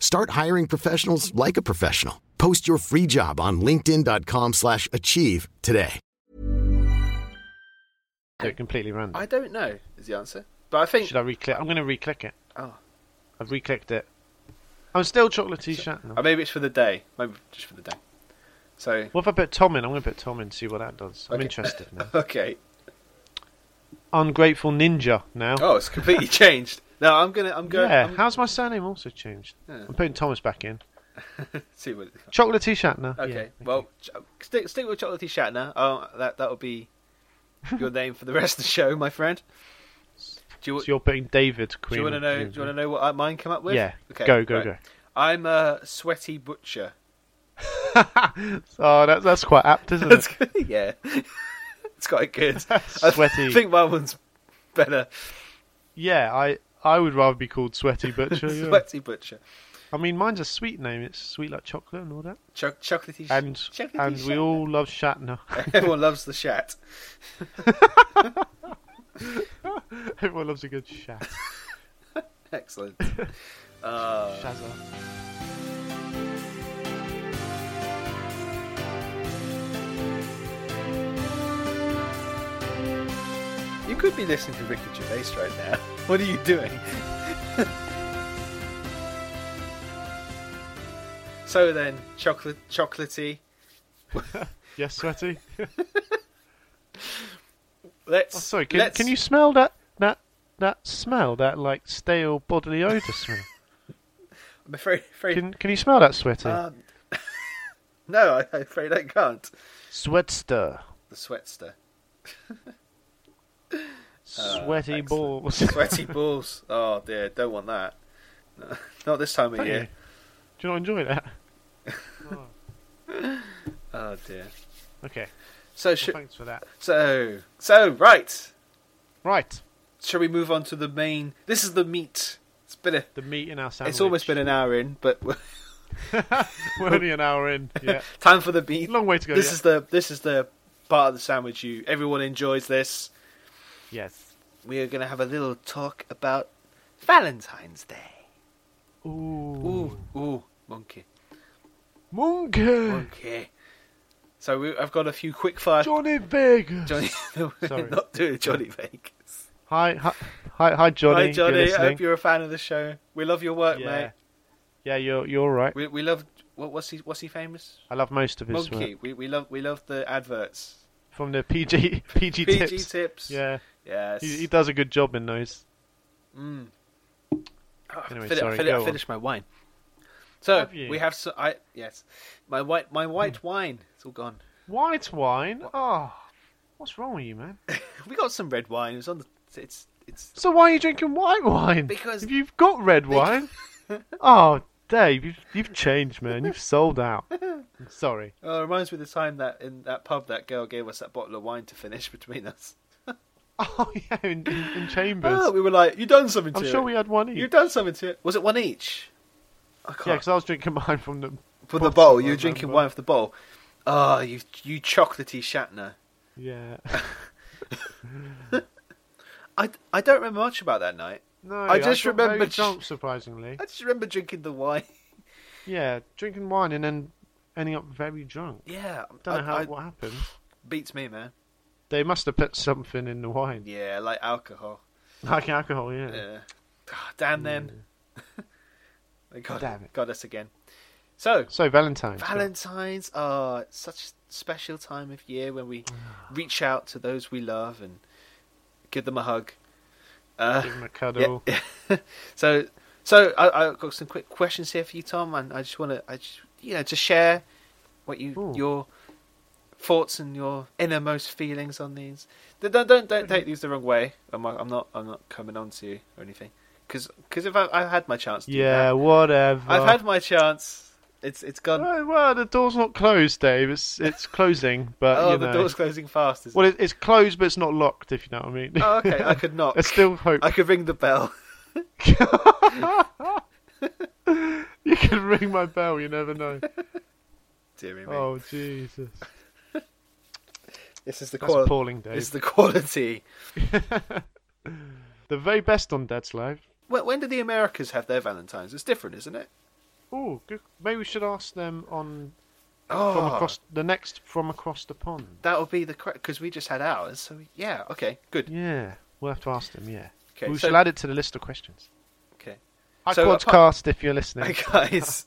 S4: Start hiring professionals like a professional. Post your free job on linkedin.com/achieve slash achieve today.
S1: They're completely random.
S2: I don't know is the answer, but I think.
S1: Should I re-click? I'm going to re-click it.
S2: Oh,
S1: I've re-clicked it. I'm still chocolatey shatner.
S2: or uh, maybe it's for the day. Maybe just for the day. So
S1: What if I put Tom in? I'm going to put Tom in. See what that does. I'm
S2: Okay.
S1: interested now.
S2: <laughs> okay.
S1: Ungrateful ninja now.
S2: Oh, it's completely <laughs> changed. No, I'm gonna. I'm going.
S1: yeah.
S2: I'm,
S1: How's my surname also changed?
S2: Yeah.
S1: I'm putting Thomas back in.
S2: see what.
S1: Chocolatey shatner.
S2: Okay.
S1: Yeah,
S2: Well, ch- stick stick with Chocolatey Shatner. Oh, that
S1: <laughs>
S2: that'll be your name for the rest of the show, my friend. Do you,
S1: So you're putting David
S2: do
S1: Queen.
S2: you want to know? Do you want to know what I- mine come up with?
S1: Yeah. Go, go, go.
S2: I'm a sweaty butcher. <laughs>
S1: Oh, that, that's quite apt, isn't
S2: That's
S1: it?
S2: good. <laughs> yeah, it's quite good. I
S1: <laughs> Sweaty.
S2: think my one's better.
S1: <laughs> Yeah, I I would rather be called Sweaty
S2: <laughs>
S1: Butcher. yeah.
S2: Sweaty butcher.
S1: I mean, mine's a sweet name. It's sweet like chocolate and all that.
S2: Cho- chocolatey.
S1: And
S2: chocolatey
S1: and we
S2: Shatner.
S1: all love Shatner.
S2: <laughs>
S1: <laughs>
S2: Everyone loves the shat.
S1: Everyone loves a good Shat.
S2: Excellent.
S1: Shazza.
S2: You could be listening to Ricky Gervais right now. <laughs> What are you doing? so then, chocolate, chocolatey.
S1: Yes, Sweaty. <laughs>
S2: Let's.
S1: Oh, sorry, can,
S2: let's-
S1: can you smell that that that smell? That like stale bodily odor
S2: <laughs>
S1: smell.
S2: <laughs> I'm afraid. afraid
S1: Can can you smell that Sweaty?
S2: um, <laughs> no, I- I'm afraid I can't.
S1: Sweatster.
S2: The sweatster.
S1: Sweaty
S2: excellent. <laughs>
S1: balls. <laughs>
S2: Sweaty balls. Oh dear, don't want that. <laughs> No, Not this time of
S1: Don't you?
S2: year.
S1: Do you not enjoy that? <laughs>
S2: Oh dear.
S1: Okay.
S2: So,
S1: Well,
S2: sh-
S1: thanks for that.
S2: so, so, right.
S1: Right.
S2: Shall we move on to the main? This is the meat. It's been a
S1: The meat in our sandwich.
S2: It's almost been an hour in, but we're-
S1: <laughs> We're only an hour
S2: <laughs>
S1: in. Yeah.
S2: time for the
S1: <laughs>
S2: beat.
S1: Long way to go,
S2: This
S1: yeah.
S2: is the this is the part of the sandwich you everyone enjoys. This
S1: yes.
S2: we are going to have a little talk about Valentine's Day.
S1: Ooh.
S2: Ooh, ooh, <clears throat> monkey,
S1: Monkey.
S2: monkey. So we, I've got a few quick fire.
S1: Johnny Vegas.
S2: <laughs> Johnny, no, we're
S1: Sorry.
S2: not doing Johnny Vegas.
S1: Hi, hi, hi, hi, Johnny.
S2: Hi Johnny,
S1: You're
S2: I hope
S1: listening.
S2: you're a fan of the show. We love your work,
S1: yeah.
S2: mate.
S1: Yeah, you're you're right.
S2: We, we love what, what's he what's he famous?
S1: I love most of his
S2: Monkey.
S1: work
S2: We, we love we love the adverts.
S1: from the <laughs> PG PG,
S2: PG
S1: tips.
S2: tips.
S1: Yeah,
S2: Yes.
S1: he, he does a good job in those.
S2: Mm. Oh,
S1: Anyway,
S2: fin-
S1: sorry,
S2: fin-
S1: go on.
S2: finish my wine. So
S1: Have you? Hmm.
S2: we have so I yes, my white my white wine. It's all gone. <laughs>
S1: White wine. Oh, what's wrong with you, man?
S2: We got some red wine. It's on the it's it's
S1: So why are you drinking white wine?
S2: Because-
S1: if you've got red wine.
S2: <laughs>
S1: oh, Dave, you've, you've changed, man. You've sold
S2: <laughs>
S1: out. I'm sorry. <laughs>
S2: oh, it reminds me of the time that in that pub that girl gave us that bottle of wine to finish <laughs> between us.
S1: Oh yeah, in, in, in chambers.
S2: Oh, we were like, you done something to
S1: I'm
S2: it.
S1: sure we had one each.
S2: you done something to it. Was it one each? I
S1: Yeah,
S2: can't.
S1: because I was drinking <laughs> mine from the
S2: for the bowl,
S1: I
S2: you were drinking
S1: remember.
S2: wine for the bowl. Oh, you you chocolatey Shatner. <laughs>
S1: Yeah.
S2: I, I don't remember much about that night.
S1: No,
S2: I just
S1: got
S2: remembered
S1: very
S2: sh-
S1: drunk, surprisingly.
S2: I just remember drinking the wine.
S1: Yeah, drinking wine and then ending up very drunk.
S2: <laughs> Yeah,
S1: Don't know how
S2: I- I-
S1: what happened.
S2: beats me, man.
S1: They must have put something in the wine,
S2: Yeah, like alcohol.
S1: <laughs> like alcohol. Yeah.
S2: Yeah. Ah, damn them. <laughs> they got,
S1: Damn it.
S2: got us again. So,
S1: So Valentine's. Day.
S2: Valentine's are such a special time of year
S1: <sighs>
S2: when we reach out to those we love and give them a hug. Uh,
S1: Give 'em a cuddle.
S2: yeah. <laughs> so, so I, I've got some quick questions here for you, Tom, and I just want to, I just, you know, to share what you
S1: Ooh.
S2: your thoughts and your innermost feelings on these. Don't don't don't, don't take these the wrong way. I'm, I'm not I'm not coming on to you or anything because if I, I've had my chance. To do
S1: <laughs> Yeah,
S2: that.
S1: whatever.
S2: I've had my chance. It's it's gone.
S1: Oh, well, the door's not closed, Dave. It's it's closing, <laughs> but
S2: oh,
S1: you
S2: the
S1: know.
S2: door's closing fast. Isn't
S1: Well,
S2: it?
S1: it, it's closed, but it's not locked. If you know what I mean.
S2: Oh, okay. I could knock.
S1: <laughs> There's still hope.
S2: I could ring the bell. <laughs>
S1: You can <laughs> ring my bell. You never
S2: <laughs>
S1: know.
S2: Dear me.
S1: oh Jesus!
S2: this is
S1: That's
S2: the
S1: eh?
S2: quality.
S1: appalling, Dave.
S2: This is the quality.
S1: The very best on Dad's Live.
S2: When, when do the Americas have their Valentines? It's different, isn't it?
S1: Oh, good. maybe we should ask them on
S2: Oh,
S1: from across the next from across the pond.
S2: that would be the correct because we just had ours. So we- yeah, okay, good.
S1: Yeah, we'll have to ask them. Yeah,
S2: 'Kay,
S1: we
S2: so- <laughs>
S1: shall add it to the list of questions.
S2: Okay,
S1: Hi,
S2: So, uh, apart-
S1: podcast, if you're listening.
S2: Hey, guys,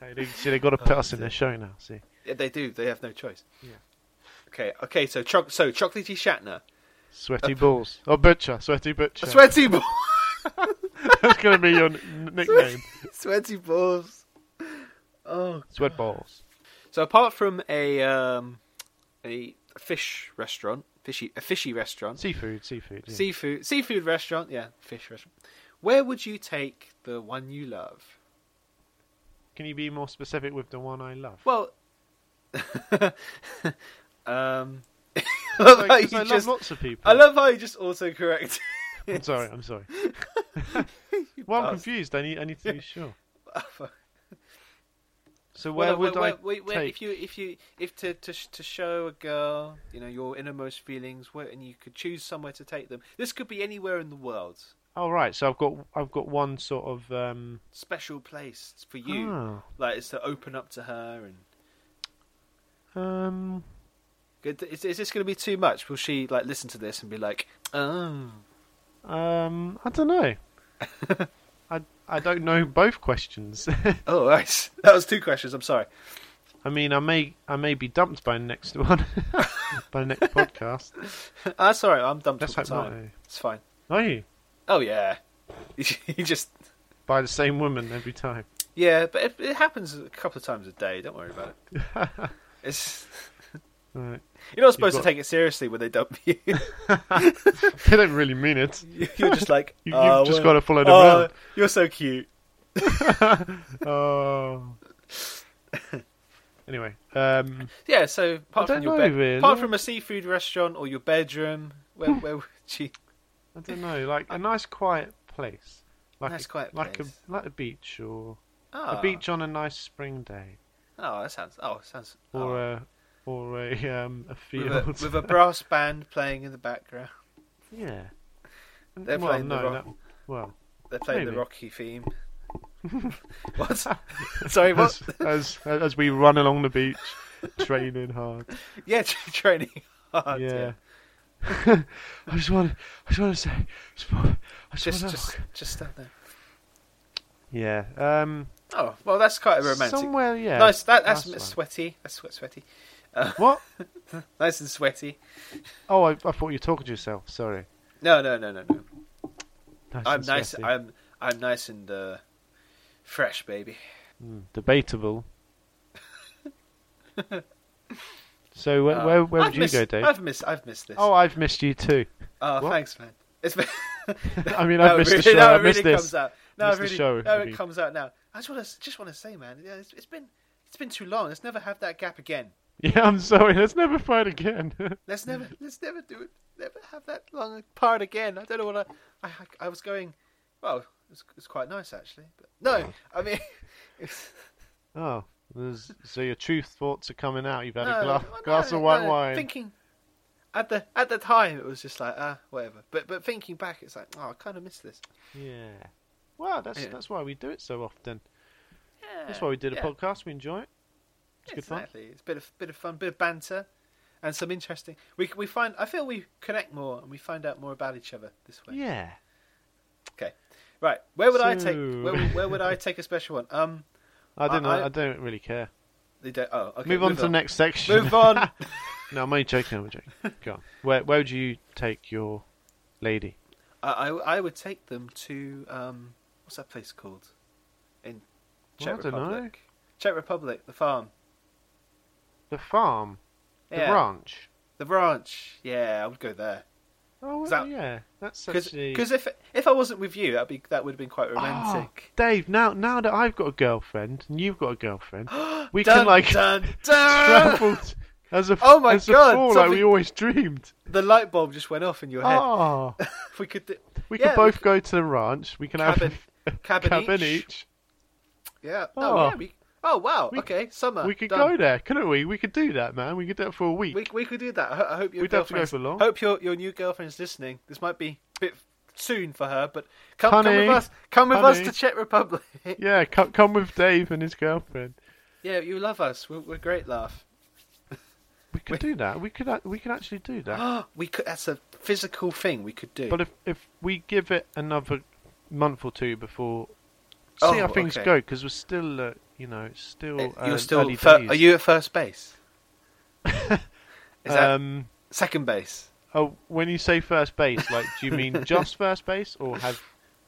S1: Hey, they, see, they've got to put us in their show now. See,
S2: yeah, they do. They have no choice.
S1: Yeah.
S2: Okay, okay. So choc- so chocolatey Shatner, Uh,
S1: sweaty balls. Oh, butcher, sweaty butcher.
S2: A sweaty ball,
S1: That's going to be your n- nickname.
S2: <laughs> sweaty balls. Oh,
S1: Sweat balls.
S2: so apart from a um, a fish restaurant, fishy a fishy restaurant,
S1: Seafood, seafood. Yeah.
S2: seafood seafood restaurant, yeah, fish restaurant. Where would you take the one you love?
S1: Can you be more specific with the one I love? <laughs>
S2: Well, um, <laughs> I
S1: Like,
S2: love how
S1: 'cause
S2: you
S1: I love
S2: just-
S1: lots of people.
S2: I love how you just auto correct. <laughs>
S1: I'm sorry. I'm sorry. well, I'm
S2: bastard.
S1: confused. I need. I need to be
S2: <laughs>
S1: sure. So where
S2: Well,
S1: would
S2: where-
S1: I
S2: where- where-
S1: take?
S2: if you if you if to to sh- to show a girl you know your innermost feelings where, and you could choose somewhere to take them. This could be anywhere in the world.
S1: Oh right. So I've got. I've got one sort of. Um,
S2: Special place for you,
S1: Ah.
S2: like it's to open up to her and.
S1: um.
S2: Good- Is, is this going to be too much? Will she like listen to this and be like, "Oh,
S1: Um. I don't
S2: <laughs>
S1: know. I. I don't know both questions. <laughs>
S2: oh, <laughs> right. that was two questions. I'm sorry." <laughs>
S1: I mean, I may. I may be dumped by the next one. <laughs> by the next podcast.
S2: Ah, sorry, I'm dumped
S1: Let's
S2: all the
S1: hope not,
S2: time.
S1: eh?
S2: It's fine.
S1: Are you
S2: Oh yeah, <laughs> you just
S1: by the same woman every time?
S2: yeah, but it, it happens a couple of times a day. Don't worry about it.
S1: <laughs>
S2: It's
S1: Right. <laughs>
S2: you're not supposed
S1: got-
S2: to take it seriously when they dump <laughs> you.
S1: They don't really mean it.
S2: you're just like
S1: <laughs> You- you've
S2: "Oh,
S1: just
S2: well,
S1: gotta follow them
S2: oh,
S1: around."
S2: You're so cute.
S1: Oh. <laughs> anyway, um,
S2: Yeah. So apart
S1: I don't
S2: from your
S1: know,
S2: bed,
S1: really.
S2: apart from a seafood restaurant or your bedroom, where where would you?
S1: I don't know, like a nice quiet place, like
S2: Nice
S1: a,
S2: quiet
S1: like
S2: place.
S1: a like a beach or <laughs>
S2: Ah,
S1: a beach on a nice spring day,
S2: Oh, that sounds. Oh, it sounds.
S1: or
S2: oh.
S1: a or a um a
S2: with,
S1: field.
S2: a, with a brass band playing in the background.
S1: <laughs> yeah.
S2: They're
S1: well,
S2: playing
S1: no,
S2: the rock-
S1: that- well,
S2: They're playing the
S1: Maybe. <laughs>
S2: Rocky theme. <laughs> what? <laughs> Sorry, what?
S1: as, as as we run along the
S2: <laughs>
S1: beach, training hard.
S2: Yeah, <laughs> tra- training hard.
S1: yeah.
S2: Yeah.
S1: <laughs> I just want I just want to say, I just want, I just,
S2: Just,
S1: wanna-
S2: just, just stand there.
S1: yeah. Um,
S2: Oh, well, that's quite a romantic.
S1: somewhere, yeah.
S2: nice. That, that's
S1: nice one.
S2: sweaty. That's sweat, sweaty.
S1: What?
S2: Nice and sweaty.
S1: Oh, I, I thought you were talking to yourself. Sorry.
S2: No, no, no, no, no.
S1: Nice
S2: I'm
S1: and
S2: nice.
S1: sweaty.
S2: I'm, I'm nice and uh, fresh, baby.
S1: Mm,
S2: <laughs>
S1: debatable. so where
S2: Uh,
S1: where, where
S2: I've
S1: would you
S2: missed-
S1: go, Dave?
S2: I've missed. I've missed this.
S1: Oh,
S2: Oh,
S1: I've missed you too. <laughs> what?
S2: thanks, man. It's been...
S1: <laughs> I
S2: <laughs>
S1: mean,
S2: Now
S1: I've missed
S2: it
S1: the
S2: really-
S1: show.
S2: now
S1: I
S2: it
S1: missed
S2: really
S1: this.
S2: Comes out. Now
S1: Missed
S2: it
S1: the
S2: really,
S1: show,
S2: now
S1: I
S2: it
S1: mean.
S2: comes out now. I just want to, just want to say, man, yeah, it's, it's been, it's been too long. Let's never have that gap again.
S1: Yeah, I'm sorry. Let's never fight again. <laughs>
S2: Let's
S1: Mm.
S2: never, let's never do it. Never have that long part again. I don't know what I, I, I was going. Well, it's it's quite nice actually. But
S1: Mm.
S2: no, I mean, <laughs> it's,
S1: oh, there's, so your truth thoughts are coming out. You've had
S2: no,
S1: a gla-
S2: well, no,
S1: glass of white
S2: no,
S1: wine.
S2: Thinking at the at the time, it was just like ah, whatever. But but thinking back, it's like oh, I kind of miss this.
S1: Yeah. Well, that's
S2: Yeah.
S1: that's why we do it so often.
S2: Yeah,
S1: That's why we did a
S2: yeah,
S1: podcast. We enjoy it. It's good fun.
S2: exactly. It's a bit of bit of fun, bit of banter, and some interesting. We we find I feel we connect more and we find out more about each other this way.
S1: Yeah.
S2: Okay. Right, where would I take?
S1: So-
S2: Where, would- where
S1: <laughs>
S2: would I take a special one? Um,
S1: I don't know.
S2: I-
S1: I, don't really care.
S2: they don't. Oh, okay.
S1: move on to the next section.
S2: <laughs>
S1: <laughs>
S2: Move on.
S1: No, I'm only joking. I'm only
S2: <laughs>
S1: joking. Go on. Where where would you take your lady?
S2: I, I I would take them to um, what's that place called? In
S1: Well, I
S2: Czech
S1: dunno.
S2: Republic. Czech Republic, the farm.
S1: The farm, the
S2: Yeah.
S1: ranch.
S2: The ranch. Yeah, I would go there.
S1: Oh,
S2: Is that-
S1: yeah. That's
S2: Because
S1: actually.
S2: if if I wasn't with you, that'd be that would have been quite romantic.
S1: Oh, Dave, now now that I've got a girlfriend and you've got a
S2: <gasps>
S1: girlfriend, we
S2: Dun,
S1: can like <laughs>
S2: dun, dun!
S1: travel t- as a
S2: <laughs> Oh my
S1: as a
S2: God,
S1: fool like
S2: something-
S1: we always
S2: <laughs>
S1: dreamed.
S2: The light bulb just went off in your head.
S1: Ah,
S2: we could do, <laughs>
S1: we
S2: yeah,
S1: could both go to the ranch. We can
S2: Cabin-
S1: have <laughs> a
S2: cabin
S1: cabin
S2: each.
S1: each.
S2: yeah.
S1: Oh.
S2: No, yeah. We, oh wow.
S1: We-
S2: okay. Summer.
S1: we could
S2: done.
S1: go there, couldn't we? We could do that, man. We could do it for a week.
S2: We, we could do that. I, ho- I hope your
S1: We'd have to go
S2: girlfriend's-
S1: for long.
S2: Hope your your new girlfriend's listening. This might be a bit soon for her, but come, come
S1: Honey,
S2: with us. Come with us
S1: honey.
S2: to Czech Republic. <laughs>
S1: Yeah, come, come with Dave and his girlfriend.
S2: yeah, you love us. We're, we're a great laugh. <gasps>
S1: We could do that. We could a- we could actually do that.
S2: we could. That's a physical thing we could do.
S1: but if if we give it another month or two before, see
S2: Oh,
S1: how things
S2: okay.
S1: go, because we're still uh, you know it's still
S2: Uh,
S1: uh,
S2: you're still.
S1: early
S2: Fir-
S1: days.
S2: are you at
S1: <laughs>
S2: first base? Is that
S1: Um,
S2: second base?
S1: oh, when you say first base, like do you
S2: <laughs>
S1: mean just first base, or have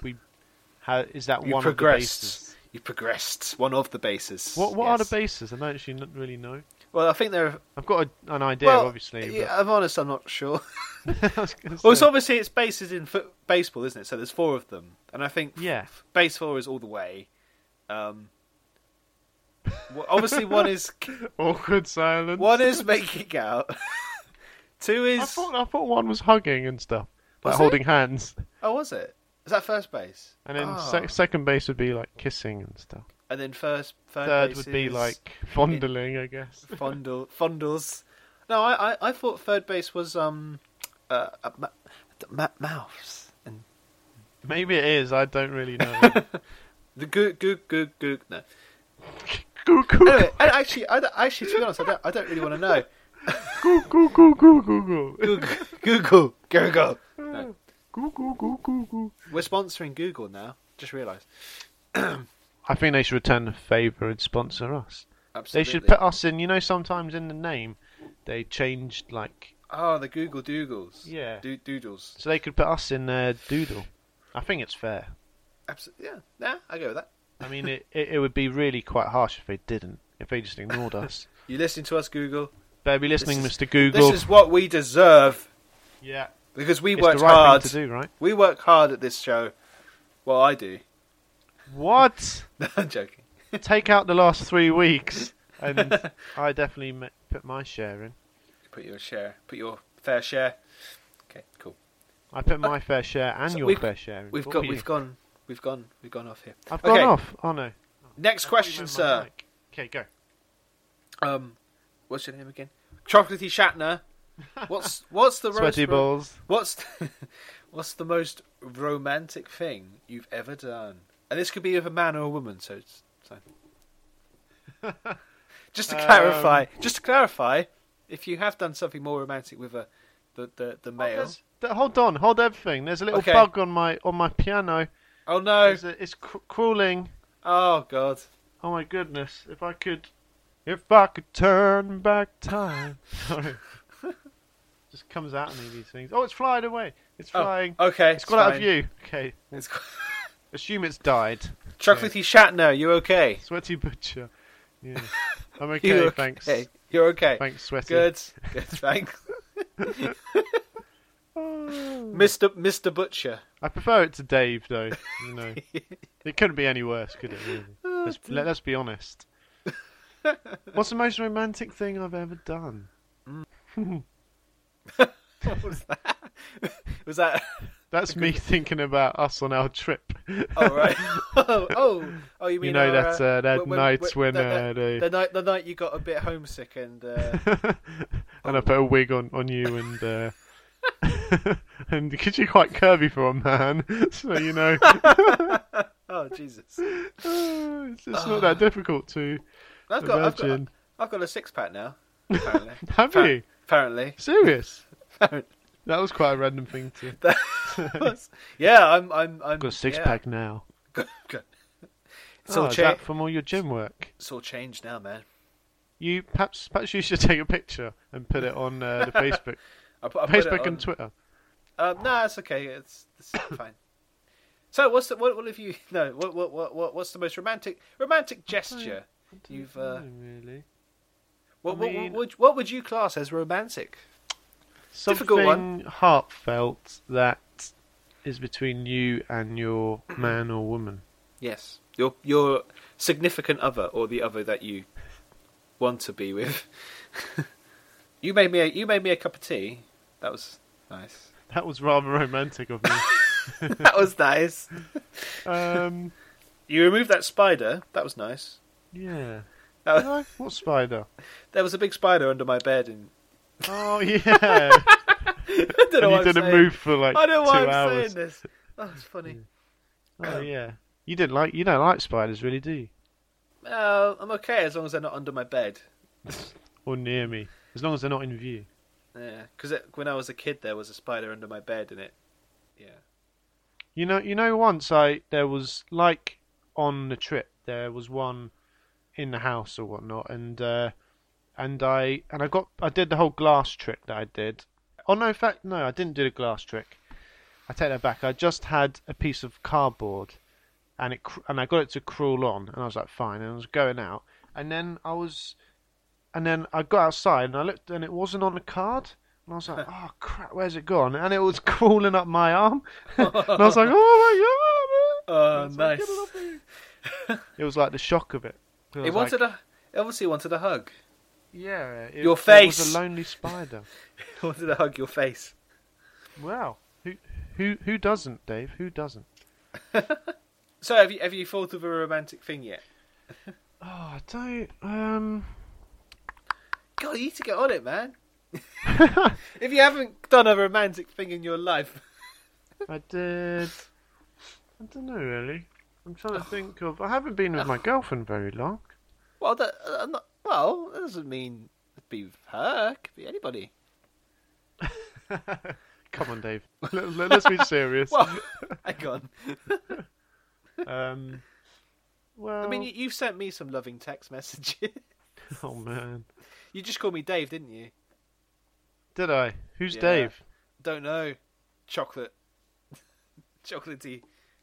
S1: we? Ha- is that
S2: You
S1: one of the bases?
S2: progressed. You progressed. One of the bases.
S1: What what are
S2: yes.
S1: the bases? I don't actually not really know.
S2: Well, I think there are.
S1: I've got a, an idea,
S2: well,
S1: obviously.
S2: yeah, I'm honest. I'm not sure.
S1: But <laughs> I was gonna
S2: Well, it's
S1: say-
S2: obviously it's bases in foot- baseball, isn't it? So there's four of them, and I think <laughs>
S1: Yeah.
S2: base four is all the way. Um, well, obviously
S1: <laughs>
S2: one is
S1: awkward silence.
S2: one is making out. <laughs> Two is
S1: I thought I thought one was hugging and stuff, like
S2: Was it?
S1: holding hands,
S2: oh, was it? Is that first base?
S1: and then
S2: Ah.
S1: sec- second base would be like kissing and stuff.
S2: and then first third,
S1: Third
S2: base
S1: would be
S2: is
S1: like fondling, I
S2: <laughs>
S1: guess.
S2: fondle fondles. No, I, I I thought third base was um uh, uh ma- ma- mouths and
S1: Maybe it is. I don't really know.
S2: the goo goo goo goo no.
S1: <laughs> goo goo
S2: Anyway, I actually, I don't- actually, to be honest, I don't, I don't really want to know.
S1: goo goo goo goo goo goo
S2: Google, Google, Google. No,
S1: goo goo goo goo goo.
S2: we're sponsoring Google now. Just realised.
S1: I think they should return the favour and sponsor us.
S2: Absolutely.
S1: They should put us in. You know, sometimes in the name, they changed like
S2: Oh, the Google Doogles.
S1: Yeah.
S2: Do- doodles.
S1: so they could put us in their doodle. I think it's fair.
S2: Absolutely. Yeah. Nah, I go with that.
S1: I mean, it, it it would be really quite harsh if they didn't. If they just ignored
S2: <laughs>
S1: us.
S2: You listening to us, Google?
S1: Better be
S2: This
S1: listening,
S2: is-
S1: Mr. Google.
S2: This is what we deserve
S1: yeah,
S2: because we
S1: it's
S2: worked
S1: the right
S2: hard.
S1: thing to do, right?
S2: We work hard at this show. Well, I do. <laughs>
S1: What?
S2: No, I'm joking.
S1: Take out the last three weeks,
S2: <laughs>
S1: and I definitely ma- put my share in.
S2: Put your share. Put your fair share. Okay. Cool.
S1: I put my fair share and
S2: So
S1: your
S2: we've-
S1: fair share in.
S2: We've
S1: What
S2: got.
S1: were you?
S2: We've gone. We've gone. We've gone off here.
S1: I've gone
S2: Okay, uh,
S1: off. Oh no.
S2: Next question, sir.
S1: Okay, go.
S2: Um, what's your name again? Chocolatey
S1: <laughs>
S2: Shatner. What's what's the
S1: Sweaty
S2: most, ro-
S1: balls.
S2: What's <laughs> what's the most romantic thing you've ever done? And this could be of a man or a woman. So, it's, so. <laughs> just to
S1: Um,
S2: clarify, just to clarify, if you have done something more romantic with a the the, the
S1: Oh,
S2: male.
S1: there's- th- hold on, hold everything. There's a little
S2: Okay.
S1: bug on my on my piano.
S2: Oh, no!
S1: There's a- it's cr- crawling.
S2: Oh god!
S1: Oh my goodness! If I could, if I could turn back time. <laughs>
S2: <laughs>
S1: Sorry. Just comes out of me these things. Oh, it's flying away. It's
S2: Oh,
S1: flying.
S2: okay,
S1: it's got out of
S2: fine.
S1: view. Okay.
S2: It's <laughs>
S1: Assume it's died.
S2: Chocolatey Shatner. You okay?
S1: Sweaty butcher.
S2: <laughs>
S1: Yeah. I'm okay.
S2: You okay?
S1: Thanks.
S2: You're okay.
S1: Thanks, sweaty.
S2: Good. Good. Thanks.
S1: <laughs>
S2: Mr. Mr. Butcher.
S1: I prefer it to Dave though. You
S2: <laughs>
S1: know, it couldn't be any worse, could it? Really?
S2: Oh,
S1: Let's, let, us be
S2: <laughs>
S1: honest. What's the most romantic thing I've ever done?
S2: <laughs> Was that?
S1: That's me <laughs> thinking about us on our trip. <laughs>
S2: Oh right. <laughs> oh, oh, oh, you mean
S1: know
S2: our,
S1: that, uh, that nights when,
S2: the-
S1: uh,
S2: the,
S1: they-
S2: the night the night you got a bit homesick
S1: <laughs>
S2: and uh,
S1: and I put a wig on, on you and uh, <laughs> and because you're quite curvy for a man, <laughs> so you know
S2: oh Jesus,
S1: it's, it's not that difficult to
S2: Oh. I've got I've got,
S1: Imagine.
S2: I've got a six pack now.
S1: <laughs>
S2: Apparently,
S1: have
S2: Appar-
S1: you <laughs>
S2: apparently.
S1: serious. That was quite a random thing to. I've
S2: yeah, I'm I'm I'm
S1: got a six
S2: yeah.
S1: pack now.
S2: Good, good. It's
S1: Oh,
S2: all
S1: is
S2: cha-
S1: that from all your gym work.
S2: It's all changed now, man.
S1: You perhaps perhaps you should <laughs> take a picture and put it on uh,
S2: <laughs>
S1: the Facebook,
S2: I put, I put it
S1: Facebook
S2: on-
S1: and Twitter.
S2: Um, no, it's okay. It's,
S1: <coughs>
S2: it's fine. So, what's the what? What have you? No, what what what what- what's the most romantic romantic gesture you've? Uh,
S1: Oh, really?
S2: what,
S1: I
S2: what,
S1: mean-
S2: what, what would you class as romantic? Difficult one.
S1: Something heartfelt that is between you and your man or woman.
S2: Yes, your your significant other or the other that you want to be with. <laughs> you made me a, you made me a cup of tea. That was nice. <laughs>
S1: That was rather <laughs> romantic of me.
S2: that was nice.
S1: um,
S2: You removed that spider. That was nice.
S1: yeah.
S2: That was-
S1: No, what
S2: <laughs>
S1: spider?
S2: there was a big spider under my bed, and <laughs>
S1: Oh yeah.
S2: I don't know
S1: and
S2: why
S1: you
S2: I'm
S1: didn't
S2: saying-
S1: move for like
S2: I don't know why
S1: two
S2: I'm
S1: hours.
S2: saying this. That was funny.
S1: Oh yeah. You didn't like you don't like spiders really, do you?
S2: Uh, I'm okay as long as they're not under my bed.
S1: Or near me. As long as they're not in view.
S2: Yeah, because when I was a kid, there was a spider under my bed, and it. Yeah.
S1: You know, you know. Once I there was like on the trip there was one in the house or whatnot, and uh, and I and I got I did the whole glass trick that I did. Oh no, in fact, no, I didn't do the glass trick. I take that back. I just had a piece of cardboard, and it cr- and I got it to crawl on, and I was like, fine, and I was going out, and then I was, and then I got outside and I looked, and it wasn't on the card. And I was <laughs> like, oh crap, where's it gone? And it was <laughs> crawling up my arm. <laughs> and I was like, oh my god.
S2: Oh,
S1: It's like, "Get
S2: nice.
S1: it off <laughs> It was like the shock of it. I
S2: It
S1: was like,
S2: wanted a. It obviously wanted a hug. <laughs>
S1: Yeah. It,
S2: Your
S1: it was
S2: face.
S1: a lonely <laughs> spider.
S2: It wanted to hug your face.
S1: wow. Who, who, who doesn't, Dave? Who doesn't?
S2: So have you have you thought of a romantic thing yet?
S1: Oh, I don't. Um.
S2: God, you need to get on it, man. if you haven't done a romantic thing in your life,
S1: I did. I don't know really. I'm trying to think of. I haven't been with my girlfriend very long.
S2: well, that, I'm not, well, that doesn't mean it'd be with her. It could be anybody.
S1: Come on, <laughs> Dave. Let, let, us be serious.
S2: Well, <laughs> hang on.
S1: um. Well.
S2: I mean, you, you've sent me some loving text messages. <laughs>
S1: Oh man.
S2: you just called me Dave, didn't you?
S1: Did I? Who's
S2: Yeah.
S1: Dave?
S2: Don't know. Chocolate. <laughs> Chocolatey.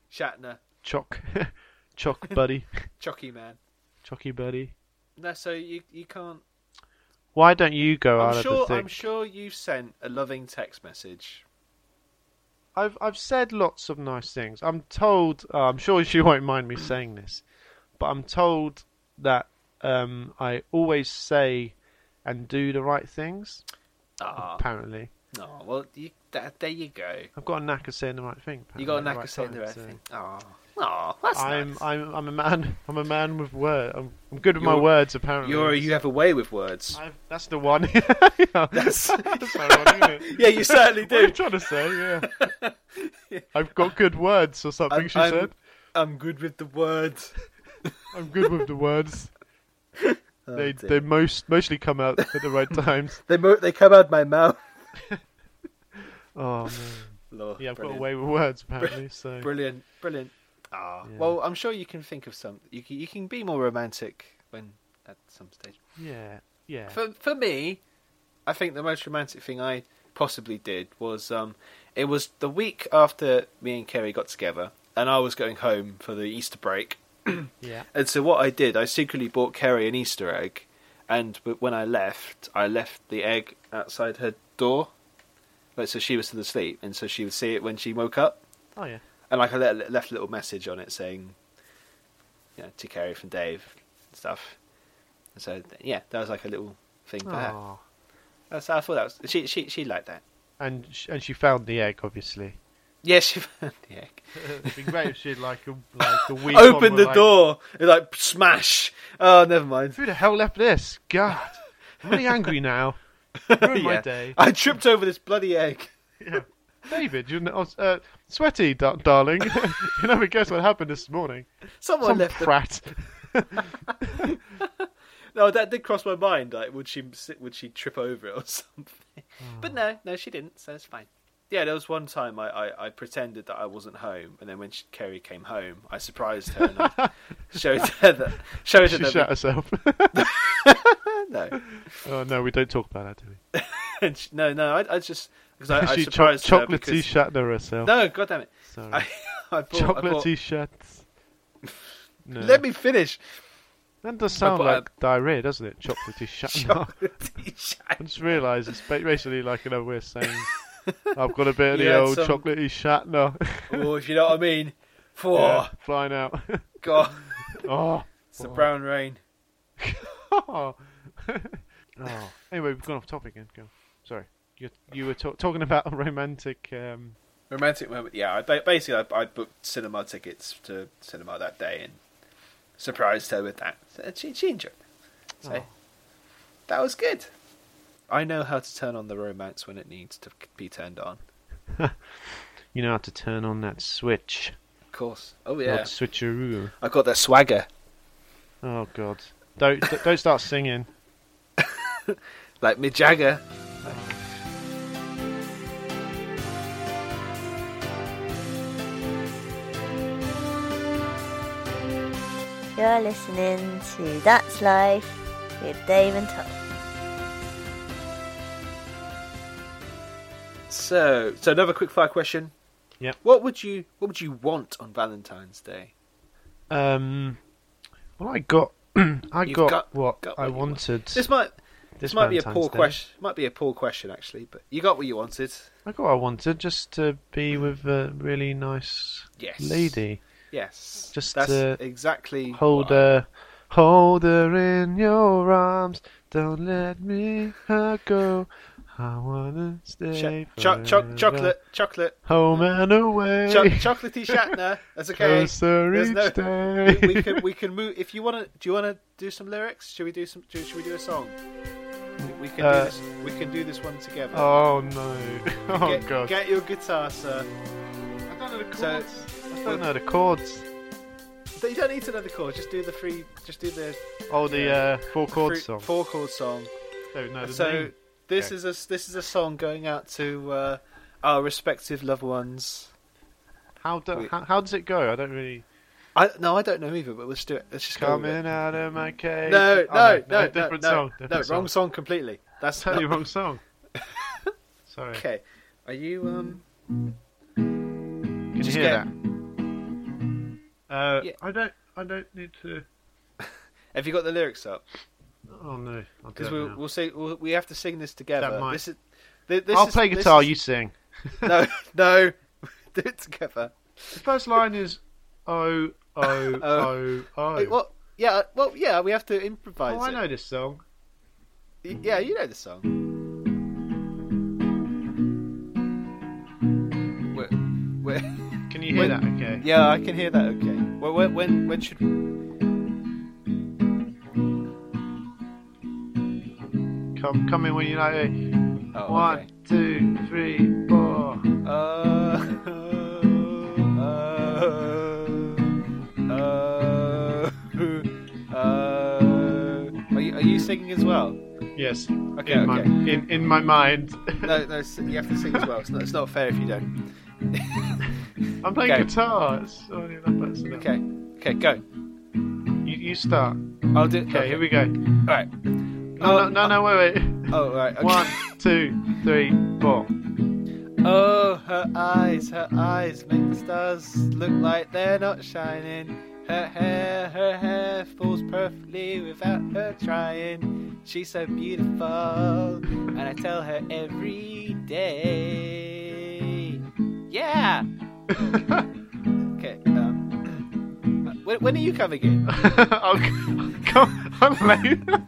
S2: Shatner.
S1: <laughs> Chock.
S2: <laughs>
S1: Chock buddy.
S2: Chocky man.
S1: Chocky buddy.
S2: No, so you you can't.
S1: Why don't you go out
S2: I'm
S1: of the
S2: sure.
S1: thing?
S2: I'm sure you sent a loving text message.
S1: I've I've said lots of nice things. I'm told. Uh, I'm sure she won't mind me saying this, but I'm told that um, I always say and do the right things. Oh.
S2: Ah,
S1: Apparently,
S2: no. Well, you, that, there you go.
S1: I've got a knack of saying the right thing.
S2: You got a
S1: apparently, at
S2: knack of saying the right
S1: time, so-
S2: thing. Oh, oh, that's
S1: I'm
S2: nice.
S1: I'm I'm a man. <laughs> I'm a man with word. I'm, I'm good with my
S2: You're-
S1: words. Apparently,
S2: You're you have a way with <laughs> words.
S1: I've, that's the one. <laughs> Yeah. that's my one, isn't it?
S2: <laughs> Yeah, you
S1: <laughs>
S2: certainly
S1: What are you
S2: do.
S1: trying to say? <laughs> Yeah. I've got good words or something. she said.
S2: I'm good with
S1: <laughs>
S2: the words.
S1: I'm good with the <laughs> words. they
S2: Oh, dear.
S1: they most mostly come out at the right <laughs> times.
S2: They mo- they come out my mouth. <laughs>
S1: Oh man.
S2: Lord,
S1: Yeah, I've got
S2: brilliant.
S1: away with words apparently. So
S2: Brilliant, brilliant. Ah, well, I'm sure you can think of some. You can, you can be more romantic when at some stage.
S1: yeah, yeah.
S2: For for me, I think the most romantic thing I possibly did was um, it was the week after me and Kerry got together, and I was going home for the Easter break.
S1: yeah.
S2: And so what I did, I secretly bought Kerry an Easter egg, and w- when I left, I left the egg outside her door, like so she was still asleep, and so she would see it when she woke up.
S1: Oh yeah.
S2: And like I le- left a little message on it saying, you know, to Kerry from Dave and stuff. And so yeah, that was like a little thing for her.
S1: Oh.
S2: That's I thought that was she she she liked that.
S1: And sh- and she found the egg obviously.
S2: Yeah, she <laughs> found the egg.
S1: <laughs> It'd be great if she'd like a like a week.
S2: Open the door. It's like smash. Oh, never mind.
S1: Who the hell left this? God, I'm really angry <laughs> now. Ruined my
S2: Yeah.
S1: day.
S2: I tripped over this bloody egg. <laughs>
S1: David, you're not, uh, sweaty, da- darling. <laughs> you never guess what happened this morning.
S2: Someone
S1: Some
S2: left. the- <laughs>
S1: prat.
S2: No, that did cross my mind. Like, would she would she trip over it or <laughs> something?
S1: Hmm.
S2: But no, no, she didn't. So it's fine. Yeah, there was one time I, I, I pretended that I wasn't home, and then when she, Kerry came home, I surprised her and
S1: <laughs>
S2: I showed her that showed her
S1: she
S2: that
S1: shut herself. <laughs>
S2: no, <laughs>
S1: oh no, we don't talk about that, do we?
S2: And she- no, no. I, I just because I,
S1: <laughs>
S2: I
S1: she
S2: surprised her
S1: chocolatey
S2: because
S1: Shatner herself.
S2: no, God damn it, <laughs>
S1: Sorry.
S2: I, I bought, I bought- <laughs>
S1: chocolatey Shats. No.
S2: Let me finish.
S1: That does sound
S2: but, uh,
S1: like diarrhea, doesn't it? Chocolatey
S2: <laughs>
S1: shat. <laughs>
S2: Chocolatey
S1: I
S2: shat.
S1: just realised it's ba- basically like another way of
S2: <laughs>
S1: saying I've got a bit of
S2: You
S1: the
S2: had
S1: old
S2: some-
S1: chocolatey shat <laughs> now.
S2: Oh, if you know what I mean. For
S1: Yeah, flying out. <laughs>
S2: God,
S1: oh. <laughs>
S2: it's the brown rain.
S1: oh. Anyway, we've gone off topic again. Go. Sorry. You, you were ta- talking about <laughs> a romantic. Um...
S2: Romantic moment. Yeah, I ba- basically I, I booked cinema tickets to cinema that day and surprised her with that. So She, she enjoyed. It. So
S1: Oh.
S2: that was good. I know how to turn on the romance when it needs to be turned on.
S1: You know how to turn on that switch.
S2: Of course. Oh
S1: Yeah.
S2: yeah,
S1: switcheroo.
S2: I got that swagger.
S1: Oh God. Don't d- don't start singing.
S2: like Mick Jagger.
S5: You're listening to That's Life with Dave and Tom.
S2: So, so another quick fire question.
S1: Yep.
S2: What would you What would you want on Valentine's Day?
S1: Um. Well, I got. <clears throat> I
S2: You've
S1: got,
S2: got-
S1: what
S2: got
S1: I
S2: what you want.
S1: wanted.
S2: This might This, might be a poor
S1: Valentine's Day.
S2: question. Might be a poor question actually, but you got what you wanted.
S1: I got what I wanted just to be with a really nice
S2: Mm. Yes.
S1: lady.
S2: Yes.
S1: Just,
S2: that's
S1: uh,
S2: exactly
S1: Hold
S2: what I-
S1: her, hold her in your arms. Don't let me her go. I wanna stay.
S2: Sh- cho- cho-
S1: forever.
S2: chocolate,
S1: <laughs>
S2: chocolate,
S1: Home and away.
S2: cho- chocolatey Shatner. That's okay.
S1: Closer
S2: There's
S1: each
S2: no-
S1: day.
S2: we, we can we can move. If you want to, do you want to do some lyrics? Should we do some? Do, should we do a song? We, we can
S1: Uh,
S2: do this. We can do this one together.
S1: Oh no! <laughs> Oh
S2: get,
S1: god!
S2: get your guitar, sir.
S1: I don't know the
S2: So-
S1: chords. I don't know the chords.
S2: But you don't need to know the chord. Just do the three. Just do the
S1: Oh, the uh, four chord
S2: three-
S1: song.
S2: Four chord song.
S1: Don't know the
S2: so
S1: name.
S2: this
S1: Okay.
S2: is a s- this is a song going out to uh, our respective loved ones.
S1: How, do,
S2: we-
S1: how how does it go? I don't really.
S2: I no, I don't know either. But let's do it. Let's just go. with it.
S1: Coming out of my cage.
S2: No,
S1: Oh,
S2: no, no, no,
S1: different
S2: no,
S1: song.
S2: no,
S1: different song.
S2: wrong song completely. That's
S1: <laughs> Totally wrong
S2: <laughs>
S1: song. Sorry.
S2: Okay, are you um?
S1: Can you
S2: Just
S1: hear
S2: get-
S1: that? Uh,
S2: Yeah.
S1: I don't. I don't need to.
S2: Have you got the lyrics up?
S1: Oh no. I'll do
S2: Because
S1: it
S2: we'll,
S1: now.
S2: we'll say we'll, we have to sing this together.
S1: That might-
S2: This is. thi- This
S1: I'll
S2: is-
S1: play
S2: this
S1: guitar.
S2: is-
S1: You sing.
S2: no, <laughs> no, do it together.
S1: The first line is oh oh <laughs> oh oh.
S2: Wait, what? Yeah, well, yeah, we have to improvise.
S1: Oh, I
S2: it.
S1: know this song.
S2: Y- Yeah, you know the song. We're, we're,
S1: Can you hear
S2: When-
S1: that? Okay.
S2: <laughs> yeah, I can hear that. Okay. Well, when when, when should?
S1: Come, come in when you know it.
S2: Oh,
S1: One,
S2: okay.
S1: two, three, four.
S2: Uh, <laughs> uh, uh, <laughs> uh, are you are you singing as well?
S1: Yes.
S2: Okay,
S1: In my
S2: okay.
S1: in, in my mind. <laughs>
S2: No, no, s- you have to sing as well. It's not, it's not fair if you don't.
S1: I'm playing
S2: Okay.
S1: guitar. It's only that that's enough.
S2: Okay, okay, go.
S1: You, you start.
S2: I'll do.
S1: Okay, here we go.
S2: All right.
S1: No, no, no, no, wait, wait.
S2: Oh, right. Uh, Okay.
S1: One, two, three, four. <laughs>
S2: Oh, her eyes, her eyes make the stars look like they're not shining. Her hair, her hair falls perfectly without her trying. She's so beautiful, and I tell her every day. Yeah! okay, um, <clears throat> when, when are you coming
S1: <laughs>
S2: in?
S1: I'll Oh, <laughs> come on
S2: <laughs>
S1: later.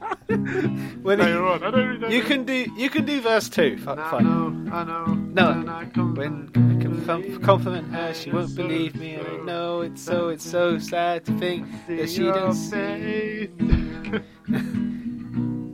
S2: When are
S1: later on. I don't really know.
S2: you, you can do you can do verse two. Fi-
S1: I
S2: Fine.
S1: know, I know.
S2: No.
S1: and I come
S2: When
S1: back
S2: I
S1: to
S2: conf-
S1: leave.
S2: compliment her, uh, she won't believe me, and I know it's so it's so sad to think
S1: See
S2: that she
S1: your
S2: don't see.
S1: face. <laughs>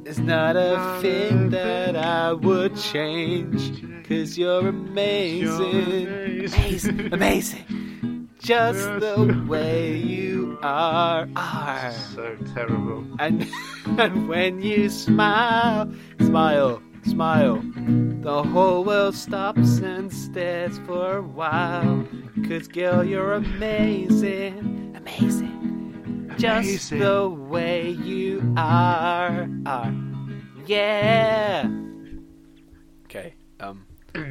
S2: It's not a thing that I would change, cause you're amazing,
S1: Your face.
S2: amazing, amazing, just the way you are, are.
S1: so terrible.
S2: And <laughs> and when you smile, smile, smile, the whole world stops and stares for a while. Cause girl, you're amazing, amazing, just
S1: Amazing.
S2: the way you
S1: <clears throat>
S2: are, are. Yeah. Okay. Um.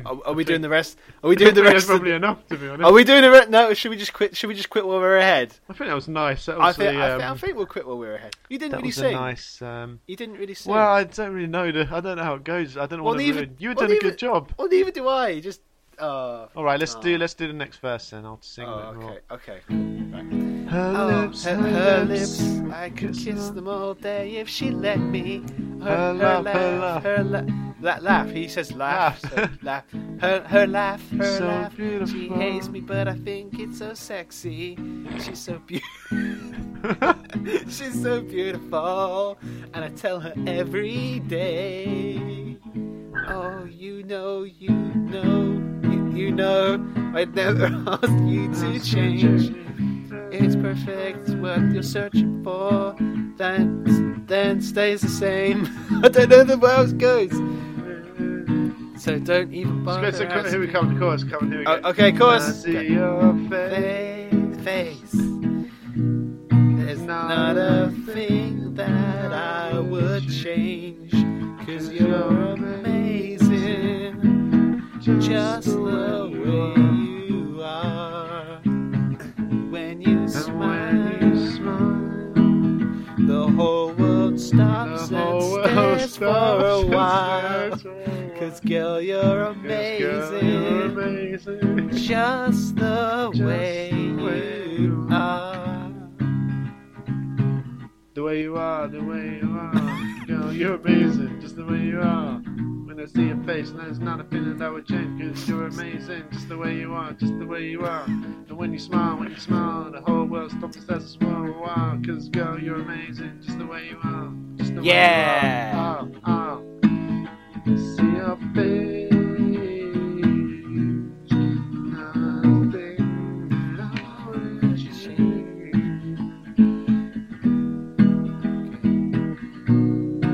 S2: Are, are we doing the rest? Are
S1: <laughs>
S2: we doing the
S1: That's
S2: rest? Of,
S1: probably enough, to be honest.
S2: are we doing the rest? No, should we just quit? Should we just quit while we're ahead?
S1: I think that was nice. That
S2: I
S1: was
S2: think,
S1: the,
S2: I, thi-
S1: um,
S2: I think we'll quit while we're ahead. You didn't
S1: that
S2: really
S1: was
S2: sing.
S1: a nice. Um,
S2: You didn't really sing.
S1: well, I don't really know. The, I don't know how it goes. I don't know
S2: Well,
S1: what
S2: neither-
S1: You were
S2: well,
S1: doing a
S2: neither-
S1: good job.
S2: Well, neither do I. you Just. Uh,
S1: All right, let's
S2: Oh.
S1: do let's do the next verse then. I'll sing a
S2: oh,
S1: bit
S2: okay.
S1: more.
S2: Okay.
S1: Her
S2: Oh,
S1: lips,
S2: her, her lips, I could kiss them all day if she let me.
S1: Her
S2: Her, her
S1: laugh,
S2: laugh,
S1: her
S2: her
S1: laugh.
S2: laugh, La- laugh. He says laugh,
S1: Laugh.
S2: so laugh. Her, her laugh, her
S1: So
S2: laugh. She
S1: beautiful.
S2: hates me, but I think it's so sexy. She's so beautiful. <laughs> She's so beautiful, and I tell her every day. Oh, you know, you know, you, you know, I never <laughs> asked you to change. It's perfect what you're searching for. Then, then stays the same. <laughs> I don't know the way else goes. So don't even bother.
S1: So come, here we come. The chorus. Come here we go.
S2: Oh, okay, chorus.
S1: I see your face.
S2: asking. Face, face. There's not a thing that I would change. Cause you're amazing. Just the way you are. When you smile. The whole world stops
S1: The whole world
S2: and stares for
S1: stops
S2: a
S1: and
S2: while.
S1: stares for a
S2: Cause girl, you're
S1: Yes,
S2: amazing.
S1: girl, you're amazing.
S2: Just the
S1: Just
S2: way
S1: the way
S2: you
S1: you
S2: are.
S1: The way you are, the way you are. Girl, you're amazing, just the way you are. When I see your face, and there's not a feeling that would change, cause you're amazing, just the way you are, just the way you are. And when you smile, when you smile, the whole world stops and says, wow, wow, cause girl, you're amazing, just the way you are, just the
S2: Yeah.
S1: way you are. Oh, oh. See your face, nothing, I would change.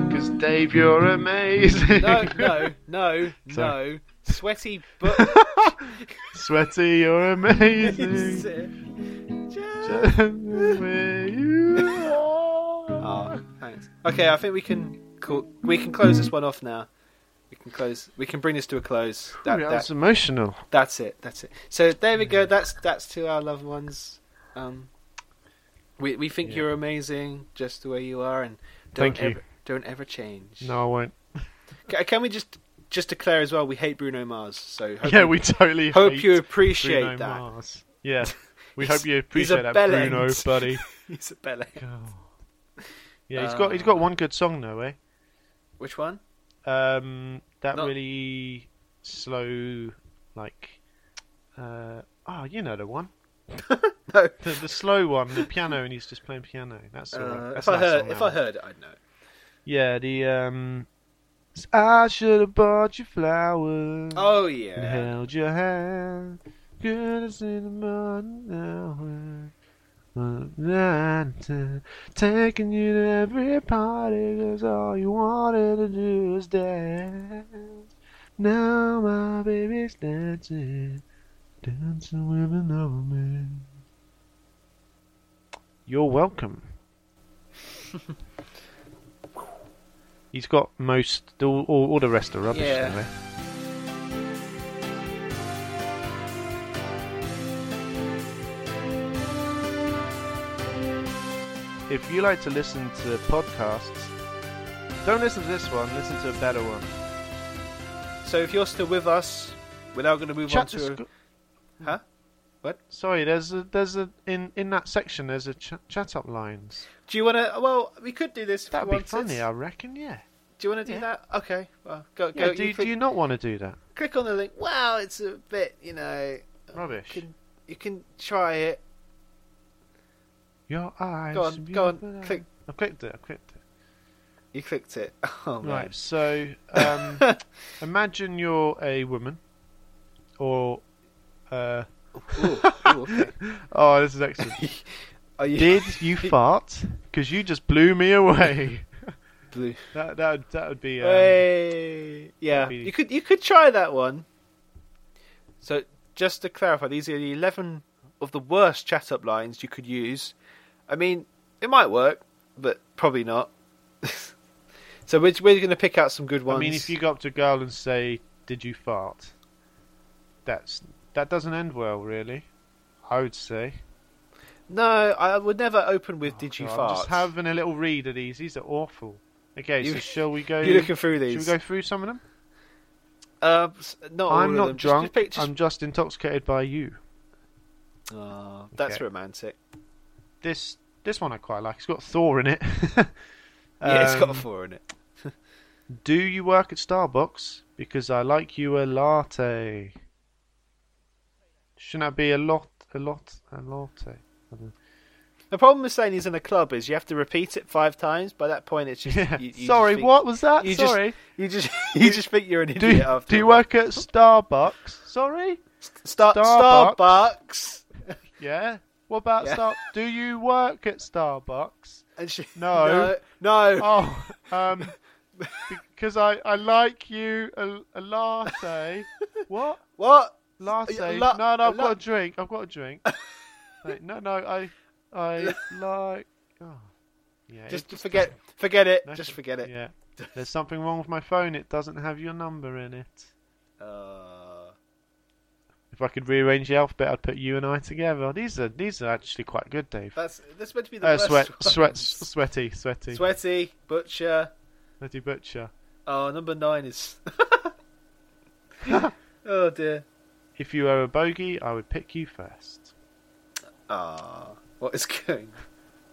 S1: Because Dave, you're amazing. <laughs>
S2: No, no, no,
S1: Sorry.
S2: no. Sweaty
S1: <laughs>
S2: but
S1: Sweaty, you're
S2: <laughs>
S1: amazing.
S2: Just...
S1: Just the way you are.
S2: Oh, thanks. Okay, I think we can call... we can close this one off now. We can close. We can bring this to a close. That-
S1: Ooh,
S2: that-
S1: that's emotional.
S2: That's it. That's it. So there we go. That's that's to our loved ones. Um, we we think you're amazing just the way you are, and don't
S1: Thank you.
S2: ever don't ever change.
S1: No, I won't.
S2: Ca- can we just just declare as well? We hate Bruno Mars. So hope
S1: yeah,
S2: you-
S1: we totally
S2: hope
S1: hate
S2: you appreciate
S1: Bruno
S2: that.
S1: Mars. Yeah, we
S2: He's-
S1: hope you
S2: he's a
S1: appreciate that,
S2: bellend.
S1: Bruno, buddy.
S2: <laughs> He's a belly.
S1: Yeah, he's
S2: Um,
S1: got he's got one good song though, eh?
S2: Which one?
S1: Um, that
S2: Not-
S1: really slow, like, uh, oh, you know the one.
S2: <laughs> No.
S1: The, the slow one, the piano, and he's just playing piano. That's all right.
S2: Uh,
S1: That's
S2: if I
S1: that
S2: heard
S1: song,
S2: if
S1: that
S2: I
S1: one.
S2: heard it, I'd know.
S1: Yeah, the um. "S- I should have bought you flowers
S2: Oh
S1: and
S2: yeah.
S1: held your hand. Good as in the morning hour. Uh, nah, nah. Taking you to every party 'cause all you wanted to do was dance. Now my baby's dancing, dancing with another man. You're welcome. He's got most all, all, all the rest of rubbish.
S2: Yeah.
S1: Anyway. If you like to listen to podcasts, don't listen to this one. Listen to a better one.
S2: So if you're still with us, we're now going to move on
S1: Chat
S2: to.
S1: to
S2: a-
S1: sc-
S2: Huh?
S1: Sorry, there's a there's a in in that section there's a ch- chat up lines.
S2: Do you want to? Well, we could do this. if
S1: That'd
S2: you
S1: be
S2: wanted.
S1: funny, I reckon. Yeah.
S2: Do you want to do
S1: Yeah.
S2: that? Okay. Well, go
S1: Yeah.
S2: go.
S1: do,
S2: you
S1: you
S2: click-
S1: do you not want to do that?
S2: click on the link. Wow, it's a bit, you know,
S1: Rubbish.
S2: you can, you can try it.
S1: Your eyes.
S2: Go on, go on,
S1: beautiful.
S2: click.
S1: I clicked it. I clicked it.
S2: You clicked it. <laughs> Oh,
S1: Right.
S2: man.
S1: So, um,
S2: <laughs>
S1: imagine you're a woman, or uh,
S2: Ooh,
S1: <laughs>
S2: okay.
S1: oh, this is excellent.
S2: <laughs> Are you
S1: Did you fart? Because you just blew me
S2: <laughs>
S1: away.
S2: blue?
S1: that that would- that would be. Um,
S2: Hey. Yeah,
S1: Maybe-
S2: you could you could try that one. So, just to clarify, these are the eleven of the worst chat up lines you could use. I mean, it might work, but probably not. <laughs> so we're we're going to pick out some good
S1: I
S2: ones.
S1: mean, if you go up to a girl and say, "Did you fart?" that's that doesn't end well, really. I would say.
S2: No, I would never open with "Did you
S1: God,
S2: fart?"
S1: I'm just having a little read of these. These are awful. Okay,
S2: You-
S1: so shall we go?
S2: you're looking through these.
S1: Shall we go through some of them?
S2: Um, s- not all
S1: I'm
S2: of
S1: not
S2: them. Just-
S1: drunk.
S2: Just, pick- just-
S1: I'm just intoxicated by you.
S2: Aw, Oh, that's
S1: Okay.
S2: romantic.
S1: This this one I quite like. It's got Thor in it. <laughs>
S2: Yeah, it's got
S1: Um,
S2: a four in it.
S1: Do you work at Starbucks? Because I like you a latte. Shouldn't that be a lot, a lot, a latte?
S2: The problem with saying he's in a club is you have to repeat it five times. By that point, it's just
S1: Yeah.
S2: you, you
S1: Sorry,
S2: just think-
S1: what was that?
S2: You just-
S1: Sorry. <laughs>
S2: you just you just think you're an
S1: do
S2: idiot.
S1: you,
S2: after
S1: do you
S2: a while.
S1: work at Starbucks? Sorry.
S2: Star-
S1: Starbucks?
S2: Starbucks?
S1: Yeah. What about
S2: Yeah.
S1: Star? Do you work at <laughs> Starbucks?
S2: And she,
S1: No.
S2: <laughs> no, no.
S1: Oh, um, because I I like you a, a latte. what? <laughs>
S2: What?
S1: Latte?
S2: la-
S1: no, no,
S2: a
S1: I've
S2: la-
S1: got a drink. I've got a <laughs> drink. Like, no, no, I, <laughs> I like. Oh. Yeah,
S2: Just
S1: it-
S2: forget, forget it.
S1: no,
S2: Just forget it.
S1: Yeah, there's something wrong with my phone. It doesn't have your number in it.
S2: Uh,
S1: If I could rearrange the alphabet, I'd put you and I together. These are these are actually quite good, Dave.
S2: that's that's meant to be the
S1: Uh,
S2: worst <laughs>
S1: sweat,
S2: ones.
S1: sweat, sweaty, sweaty,
S2: sweaty butcher.
S1: sweaty butcher.
S2: Oh, number
S1: <laughs>
S2: nine is. <laughs> oh dear.
S1: If you were a bogey, I would pick you first.
S2: Ah, what is going?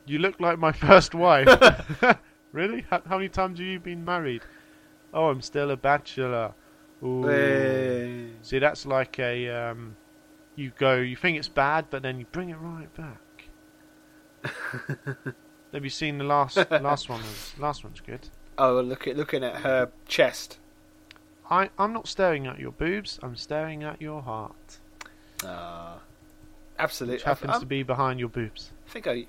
S1: You look like my <laughs> first wife. really? How, how many times have you been married? Oh, I'm still a bachelor. Ooh.
S2: Hey.
S1: See, that's like a um, you go, you think it's bad, but then you bring it right
S2: <laughs>
S1: back. Have you seen the last last one? Was, last one's good.
S2: Oh, well, look at looking at her chest.
S1: I I'm not staring at your boobs. I'm staring at your heart,
S2: Ah,
S1: which
S2: absolutely. I,
S1: happens to be behind your boobs.
S2: I think I.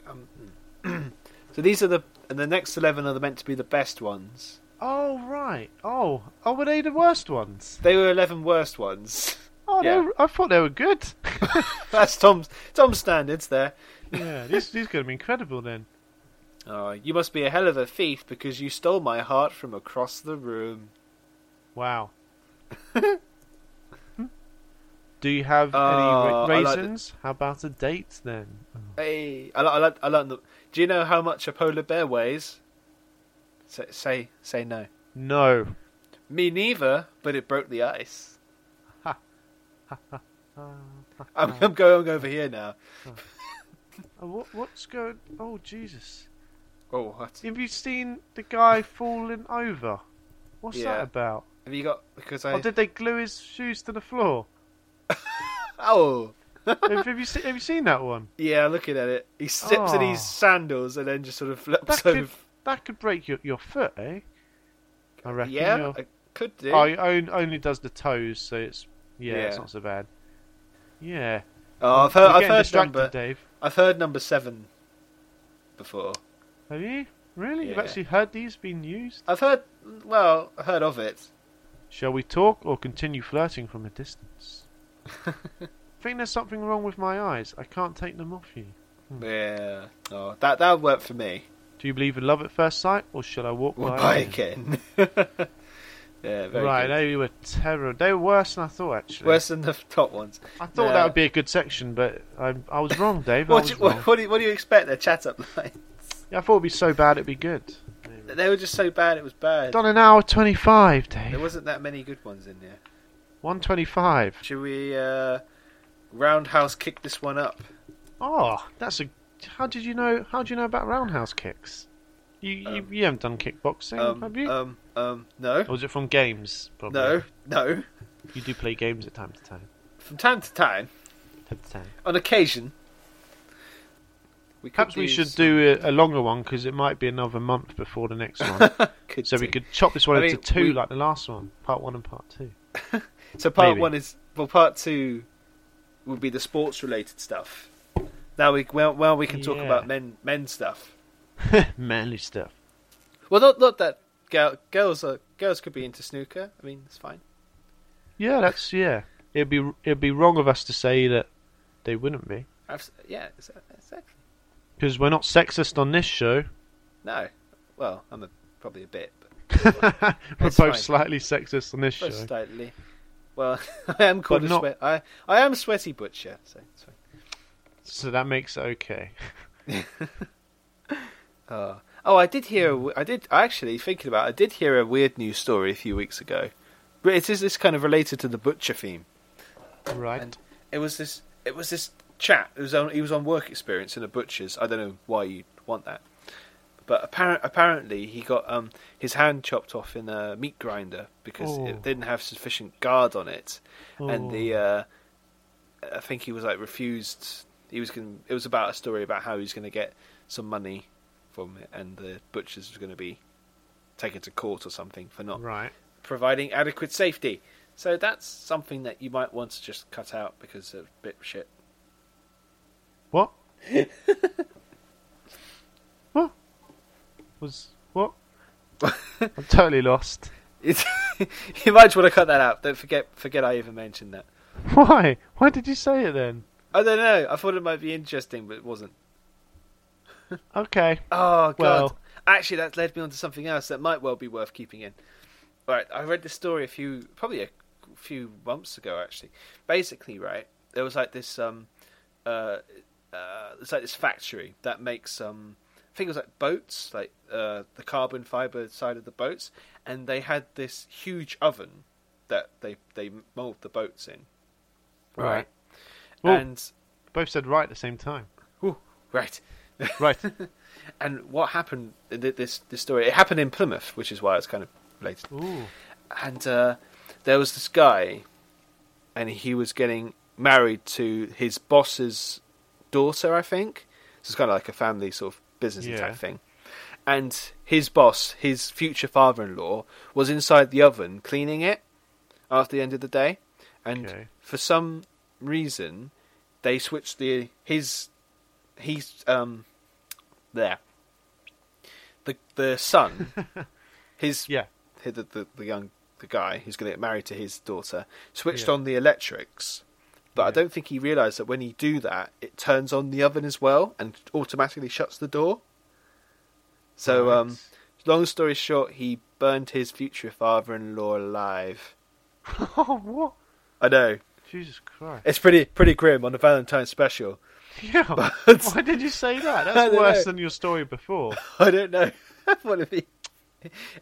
S2: Um, <clears throat> so these are the and the next eleven are meant to be the best ones.
S1: Oh right. Oh oh, were they the worst ones?
S2: They were eleven worst ones. <laughs>
S1: Oh, they
S2: Yeah.
S1: were- I thought they were
S2: <laughs>
S1: good.
S2: That's Tom's Tom's standards there.
S1: yeah, these these are going to be incredible then.
S2: Oh, you must be a hell of a thief because you stole my heart from across the room. <laughs>
S1: Wow. Hmm? Do you have
S2: Uh,
S1: any
S2: I
S1: ra-
S2: like the-
S1: raisins? How about a date then?
S2: Hey, I like I like I like the. Do you know how much a polar bear weighs? Say say say no.
S1: No.
S2: Me neither, but it broke the ice.
S1: <laughs>
S2: I'm, I'm going over here now.
S1: Oh,
S2: Uh,
S1: what what's going? Oh Jesus!
S2: Oh, what?
S1: Have you seen the guy falling over? What's
S2: Yeah.
S1: that about?
S2: Have you got? Because I.
S1: Oh, did they glue his shoes to the floor?
S2: Oh,
S1: have, have you se- have you seen that one?
S2: yeah, looking at it. He slips in his
S1: Oh.
S2: sandals and then just sort of
S1: That
S2: flips
S1: could
S2: over.
S1: that could break your, your foot, eh? I reckon.
S2: Yeah,
S1: you're-
S2: I could do.
S1: Oh, he on- only does the toes, so it's yeah, it's
S2: Yeah.
S1: not so bad. Yeah.
S2: Oh, I've
S1: You're
S2: heard, I've
S1: getting
S2: heard
S1: distracted,
S2: number.
S1: Dave.
S2: I've heard number seven before.
S1: Have you really? You've
S2: Yeah.
S1: actually heard these being used?
S2: I've heard. Well, I heard of it.
S1: Shall we talk or continue flirting from a distance?
S2: <laughs>
S1: I think there's something wrong with my eyes. I can't take them off you.
S2: Yeah. Oh, that that worked for me.
S1: Do you believe in love at first sight, or shall I walk
S2: We'll
S1: by?
S2: buy
S1: again?
S2: again. <laughs> yeah, very
S1: Right,
S2: good.
S1: they were terrible. They were worse than I thought. Actually,
S2: Worse than the top ones.
S1: I thought
S2: Yeah.
S1: that would be a good section, but I, I was wrong, Dave.
S2: What
S1: I
S2: do,
S1: was wrong.
S2: what, what, do you, what do you expect? Their chat up line. <laughs>
S1: Yeah, I thought it'd be so bad it'd be good.
S2: They were just so bad. It was bad.
S1: Done an hour twenty-five,
S2: There
S1: Dave.
S2: wasn't that many good ones in there.
S1: One twenty-five.
S2: Should we uh, roundhouse kick this one up?
S1: Oh, that's a. How did you know? How do you know about roundhouse kicks? You you, you haven't done kickboxing,
S2: Um,
S1: have you?
S2: um, um, no,
S1: or was it from games? Probably.
S2: no, no.
S1: You do play games at time to time.
S2: From time to time,
S1: Time to time.
S2: on occasion, we could
S1: Perhaps we
S2: do
S1: should
S2: some-
S1: do a, a longer one because it might be another month before the next
S2: <laughs>
S1: one.
S2: could
S1: so we
S2: do.
S1: could chop this one
S2: I
S1: into
S2: mean,
S1: two,
S2: we-
S1: like the last one, part one and part
S2: <laughs>
S1: two.
S2: So part
S1: maybe.
S2: one is well, part two would be the sports related stuff. Now we well, well we can talk
S1: Yeah.
S2: about men men stuff.
S1: Manly stuff.
S2: Well, not not that girl, girls are, girls could be into snooker. I mean, it's fine.
S1: Yeah, that's yeah. It'd be it'd be wrong of us to say that they wouldn't be
S2: Abs- yeah, ex- exactly.
S1: because we're not sexist on this show.
S2: No, well, I'm a, probably a bit, but
S1: we're both
S2: That's fine.
S1: slightly sexist on this
S2: Most
S1: show.
S2: slightly. Well, <laughs> I am called
S1: But
S2: a
S1: not-
S2: sweat. I I am sweaty butcher. So it's fine.
S1: So that makes it okay.
S2: Oh. oh, I did hear. a w- I did actually thinking about. It, I did hear a weird news story a few weeks ago. But it is this kind of related to the butcher theme.
S1: Right.
S2: And it was this. It was this chap. It was on. He was on work experience in a butcher's. I don't know why you would want that, but apparent, apparently he got um his hand chopped off in a meat grinder because
S1: Oh.
S2: it didn't have sufficient guard on it, and the uh, I think he was like refused. He was going. It was about a story about how he was going to get some money from it, and the butchers was going to be taken to court or something for not
S1: Right.
S2: providing adequate safety. So that's something that you might want to just cut out because it's a bit shit. <laughs>
S1: What? what? Was
S2: <laughs>
S1: what? I'm totally lost.
S2: It's, <laughs> you might want to cut that out. Don't forget, forget I even mentioned that.
S1: Why? Why did you say it then?
S2: I don't know. I thought it might be interesting, but it wasn't.
S1: Okay.
S2: Oh god!
S1: Well-
S2: Actually, that led me on to something else that might well be worth keeping in. Right, I read this story a few, probably a few months ago. Actually, basically, right, there was like this, um, uh, uh, it's like this factory that makes, um, I think it was like boats, like uh, the carbon fiber side of the boats, and they had this huge oven that they they mold the boats in,
S1: Right. Well-
S2: And
S1: Both said right at the same time.
S2: ooh, right. <laughs>
S1: Right.
S2: And what happened? th- This this story. It happened in Plymouth, which is why it's kind of related.
S1: Ooh.
S2: And uh, there was this guy, and he was getting married to his boss's daughter, I think. So it's kind of like a family sort of business
S1: Yeah.
S2: type thing. And his boss, his future father-in-law, was inside the oven cleaning it after the end of the day, and
S1: Okay.
S2: for some reason, they switched the his he's um there the
S1: <laughs>
S2: the son his <laughs>
S1: Yeah.
S2: hi- the, the, the young the guy who's going to get married to his daughter switched
S1: Yeah.
S2: on the electrics but i don't think he realized that when you do that it turns on the oven as well and automatically shuts the door so um
S1: Right.
S2: long story short he burned his future father-in-law alive
S1: Oh what?
S2: i know
S1: Jesus
S2: <laughs>
S1: Christ.
S2: it's pretty pretty grim on a valentine's special
S1: Yeah.
S2: But-
S1: Why did you say that?
S2: <laughs> I
S1: That's
S2: don't
S1: worse
S2: know.
S1: than your story before.
S2: I don't know. <laughs> One of the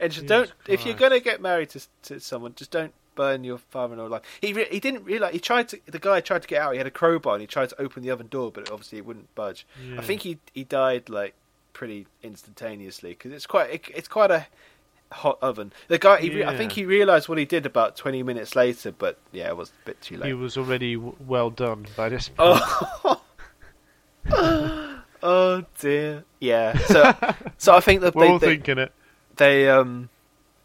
S2: and just don't. If you're
S1: Christ.
S2: gonna get married to to someone, just don't burn your father-in-law alive. He re- he didn't realize he tried to. The guy tried to get out. He had a crowbar and he tried to open the oven door, but obviously it wouldn't budge.
S1: Yeah.
S2: I think he he died like pretty instantaneously because it's quite it, it's quite a hot oven. The guy he re- I think
S1: Yeah.
S2: he realized what he did about 20 minutes later, but yeah, it was a bit too late.
S1: He was already w- well done by this point.
S2: Oh. oh dear.
S1: <laughs>
S2: Yeah. So so I <laughs> think that
S1: We're
S2: they,
S1: all
S2: they,
S1: thinking it.
S2: they um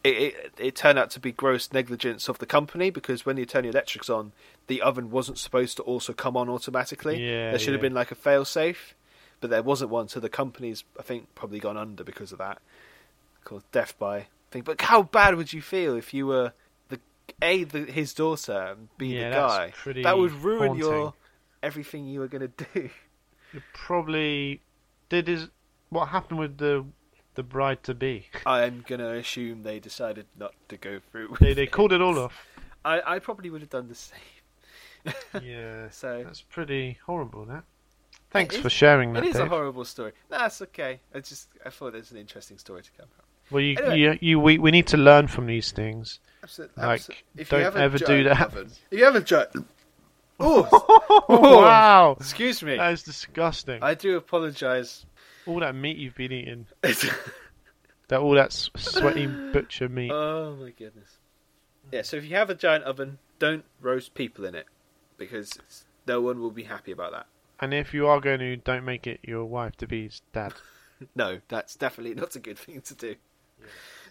S2: it, it it turned out to be gross negligence of the company because when you turn your electrics on, the oven wasn't supposed to also come on automatically.
S1: Yeah,
S2: there should have
S1: yeah.
S2: been like a fail safe, but there wasn't one, so the company's I think probably gone under because of that. Called death by thing. But how bad would you feel if you were the a the, his daughter, and b
S1: Yeah,
S2: the
S1: that's
S2: guy?
S1: pretty
S2: that would ruin your
S1: haunting.
S2: everything you were gonna do. <laughs>
S1: You probably did is what happened with the the bride to
S2: <laughs>
S1: be.
S2: I'm gonna assume they decided not to go through. With
S1: They they
S2: it.
S1: called it all off.
S2: I I probably would have done the same.
S1: <laughs> Yeah.
S2: <laughs> So-
S1: that's pretty horrible. That. Thanks
S2: It is-
S1: for sharing that.
S2: It is a
S1: Dave.
S2: horrible story. No, that's okay. I just I thought it was an interesting story to come from.
S1: Well, you,
S2: Anyway.
S1: you, you, we, we need to learn from these things.
S2: Absolutely.
S1: Like, don't ever do that.
S2: If you have a giant oh,
S1: <laughs> wow,
S2: excuse me.
S1: that is disgusting.
S2: I do apologise.
S1: All that meat you've been eating, that all that s-
S2: <laughs>
S1: sweaty butcher meat.
S2: <laughs> oh my goodness. Yeah. So if you have a giant oven, don't roast people in it because it's- no one will be happy about that.
S1: And if you are going to, don't make it your wife to be's dad.
S2: No, that's definitely not a good thing to do.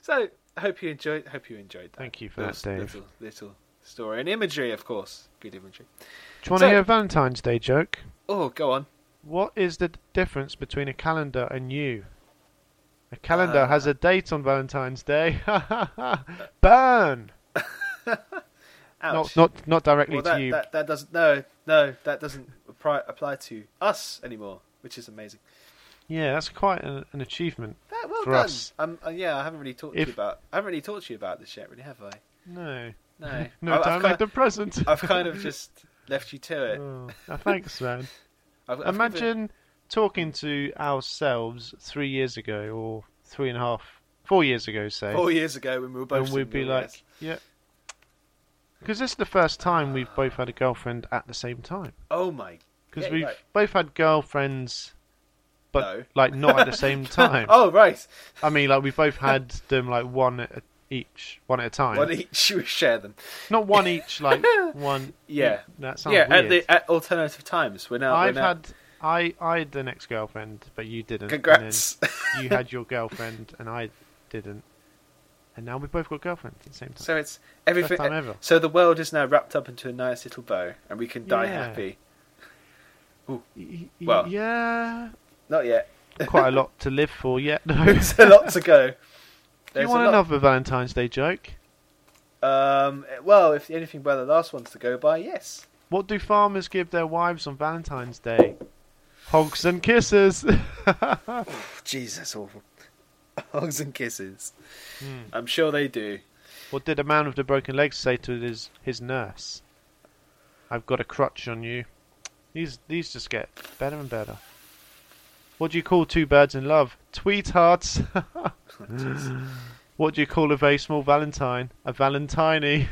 S2: So I hope you enjoyed. Hope you enjoyed that.
S1: Thank you for that,
S2: Little-
S1: Dave.
S2: Little, little story and imagery, of course. Good imagery.
S1: Do you want to
S2: So-
S1: hear a Valentine's Day joke?
S2: Oh, go on.
S1: What is the d- difference between a calendar and you? A
S2: Uh,
S1: calendar has a date on Valentine's Day. <laughs> Burn. Not
S2: Ouch.
S1: not not directly
S2: well, that,
S1: to you.
S2: That, that doesn't. No, no, that doesn't apply, apply to us anymore, which is amazing.
S1: Yeah, that's quite an, an achievement
S2: That, well
S1: for
S2: done.
S1: us.
S2: Um, uh, yeah, I haven't really talked to
S1: If- <laughs>
S2: you about. I haven't really talked to you about this yet, really, have I?
S1: No.
S2: No,
S1: No
S2: I- Oh, I've
S1: time
S2: ki-
S1: like the present.
S2: <laughs> I've kind of just left you to it.
S1: <laughs> Oh, oh, thanks, man.
S2: <laughs> I've, I've given-
S1: Imagine talking to ourselves three years ago or three and a half, four years ago, say.
S2: four years ago when we were both.
S1: and we'd be
S2: single,
S1: like,
S2: yes.
S1: yeah. Because this is the first time we've both had a girlfriend at the same time.
S2: "Oh my."
S1: Because
S2: yeah,
S1: we've
S2: right.
S1: both had girlfriends, but
S2: No.
S1: like not at the
S2: <laughs>
S1: same time.
S2: oh right,
S1: I mean, like we've both had them like one at each, one at a time.
S2: one e- each. <laughs> We share them.
S1: Not one each,
S2: <laughs>
S1: like one.
S2: Yeah.
S1: that sounds
S2: Yeah,
S1: weird.
S2: at the at alternative times. We're now. we're
S1: I've
S2: now-
S1: had I I had an ex girlfriend, but you didn't. and then
S2: Congrats.
S1: you had your girlfriend, and I didn't. And now we both got girlfriends at the same time.
S2: So it's everything.
S1: time ever.
S2: So the world is now wrapped up into a nice little bow, and we can die
S1: Yeah.
S2: happy.
S1: Y- y-
S2: well.
S1: yeah,
S2: Not yet. <laughs>
S1: quite a lot to live for yet. No.
S2: There's a lot to go.
S1: Do <laughs> you
S2: There's a
S1: want
S2: lot-
S1: another Valentine's Day joke?
S2: Um, well, if anything by the last ones to go by, yes.
S1: What do farmers give their wives on Valentine's Day? Hogs and kisses. <laughs>
S2: Jesus, awful. <laughs> Hugs and kisses.
S1: Hmm.
S2: I'm sure they do.
S1: <laughs>
S2: <laughs>
S1: what did a man with the broken leg say to his his nurse? I've got a crutch on you. These these just get better and better. What do you call two birds in love? Tweethearts. <laughs> what do you call a very small valentine? A valentiny.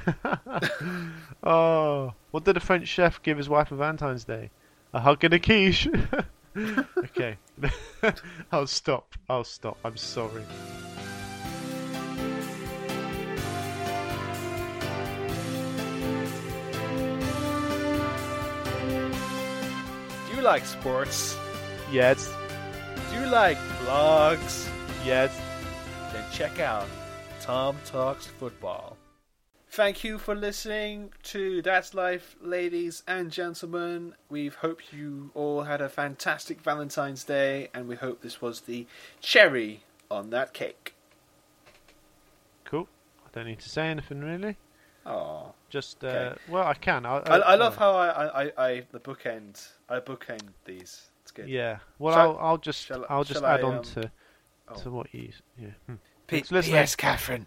S2: <laughs>
S1: oh, what did a French chef give his wife on Valentine's Day? A hug and a quiche. <laughs> okay, <laughs> I'll stop. I'll stop. I'm sorry.
S2: Do you like sports?
S1: Yes,
S2: Do you like vlogs?
S1: yes.
S2: Then check out Tom Talks Football. Thank you for listening to That's Life, ladies and gentlemen. We hope you all had a fantastic Valentine's Day, and we hope this was the cherry on that cake.
S1: Cool. I don't need to say anything really.
S2: Aww.
S1: Just uh,
S2: Okay.
S1: well, I can. I, uh,
S2: I, I love how I, I, I, I the bookend I bookend these. It's good.
S1: Yeah. Well,
S2: Shall-
S1: I'll, I'll just
S2: shall I-
S1: I'll just
S2: shall
S1: add
S2: I,
S1: on
S2: um,
S1: to
S2: oh.
S1: to what you. Yeah. Hmm.
S2: P-
S1: Thanks for listening.
S2: P.S. Catherine.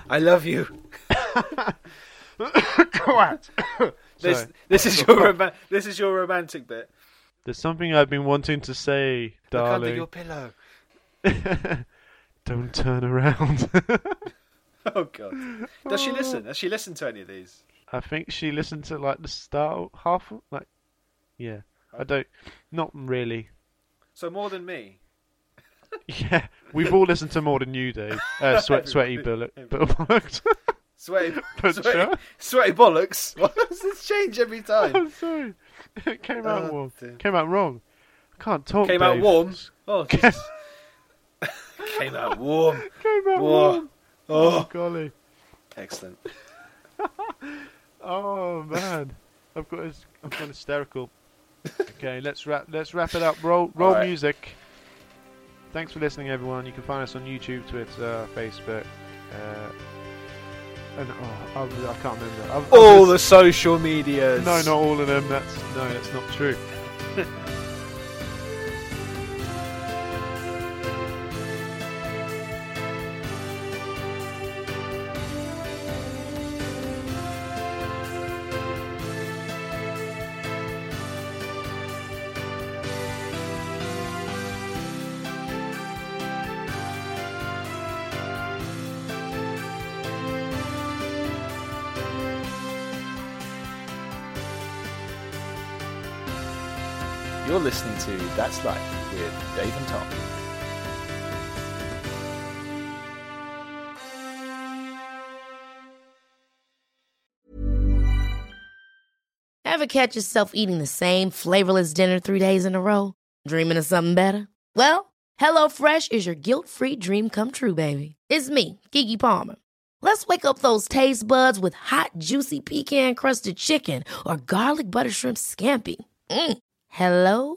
S2: <laughs> I
S1: <coughs>
S2: love you. <coughs> This
S1: Sorry.
S2: this is your roman- this is your romantic bit.
S1: There's something I've been wanting to say,
S2: Look under
S1: darling.
S2: your pillow.
S1: <laughs> Don't turn around. <laughs>
S2: Oh god. Does she listen? Does she listen to any of these?
S1: I think she listened to like the start half of- like. Yeah. I don't. Not really. <laughs>
S2: So more than me.
S1: Yeah, we've all listened to more than you, Dave.
S2: <laughs>
S1: Uh, sweat, sweaty bullet, bullet.
S2: Sweaty,
S1: But
S2: sweaty,
S1: sure.
S2: sweaty bollocks. <laughs> Why does this change every
S1: <laughs>
S2: time?
S1: I'm sorry. It came out
S2: Oh,
S1: warm.
S2: dear.
S1: Came out wrong. I can't talk.
S2: Came out
S1: Dave. <laughs>
S2: warm. Oh, Jesus. came out warm.
S1: Came out
S2: Whoa.
S1: warm.
S2: Oh,
S1: Golly.
S2: excellent.
S1: Oh man, I've got hys- I've gone hysterical. okay, let's wrap let's wrap it up. Roll roll
S2: Alright.
S1: music. Thanks for listening, everyone. You can find us on YouTube, Twitter, Facebook, uh, and oh, I, I can't remember. I've- I've
S2: All the
S1: lis-
S2: social medias.
S1: no, not all of them. That's no, that's not true.
S2: You're listening to That's Life with Dave and Tom.
S6: Ever catch yourself eating the same flavorless dinner three days in a row? Dreaming of something better? Well, HelloFresh is your guilt free dream come true, baby. It's me, Gigi Palmer. Let's wake up those taste buds with hot, juicy pecan crusted chicken or garlic butter shrimp scampi. Mm. Hello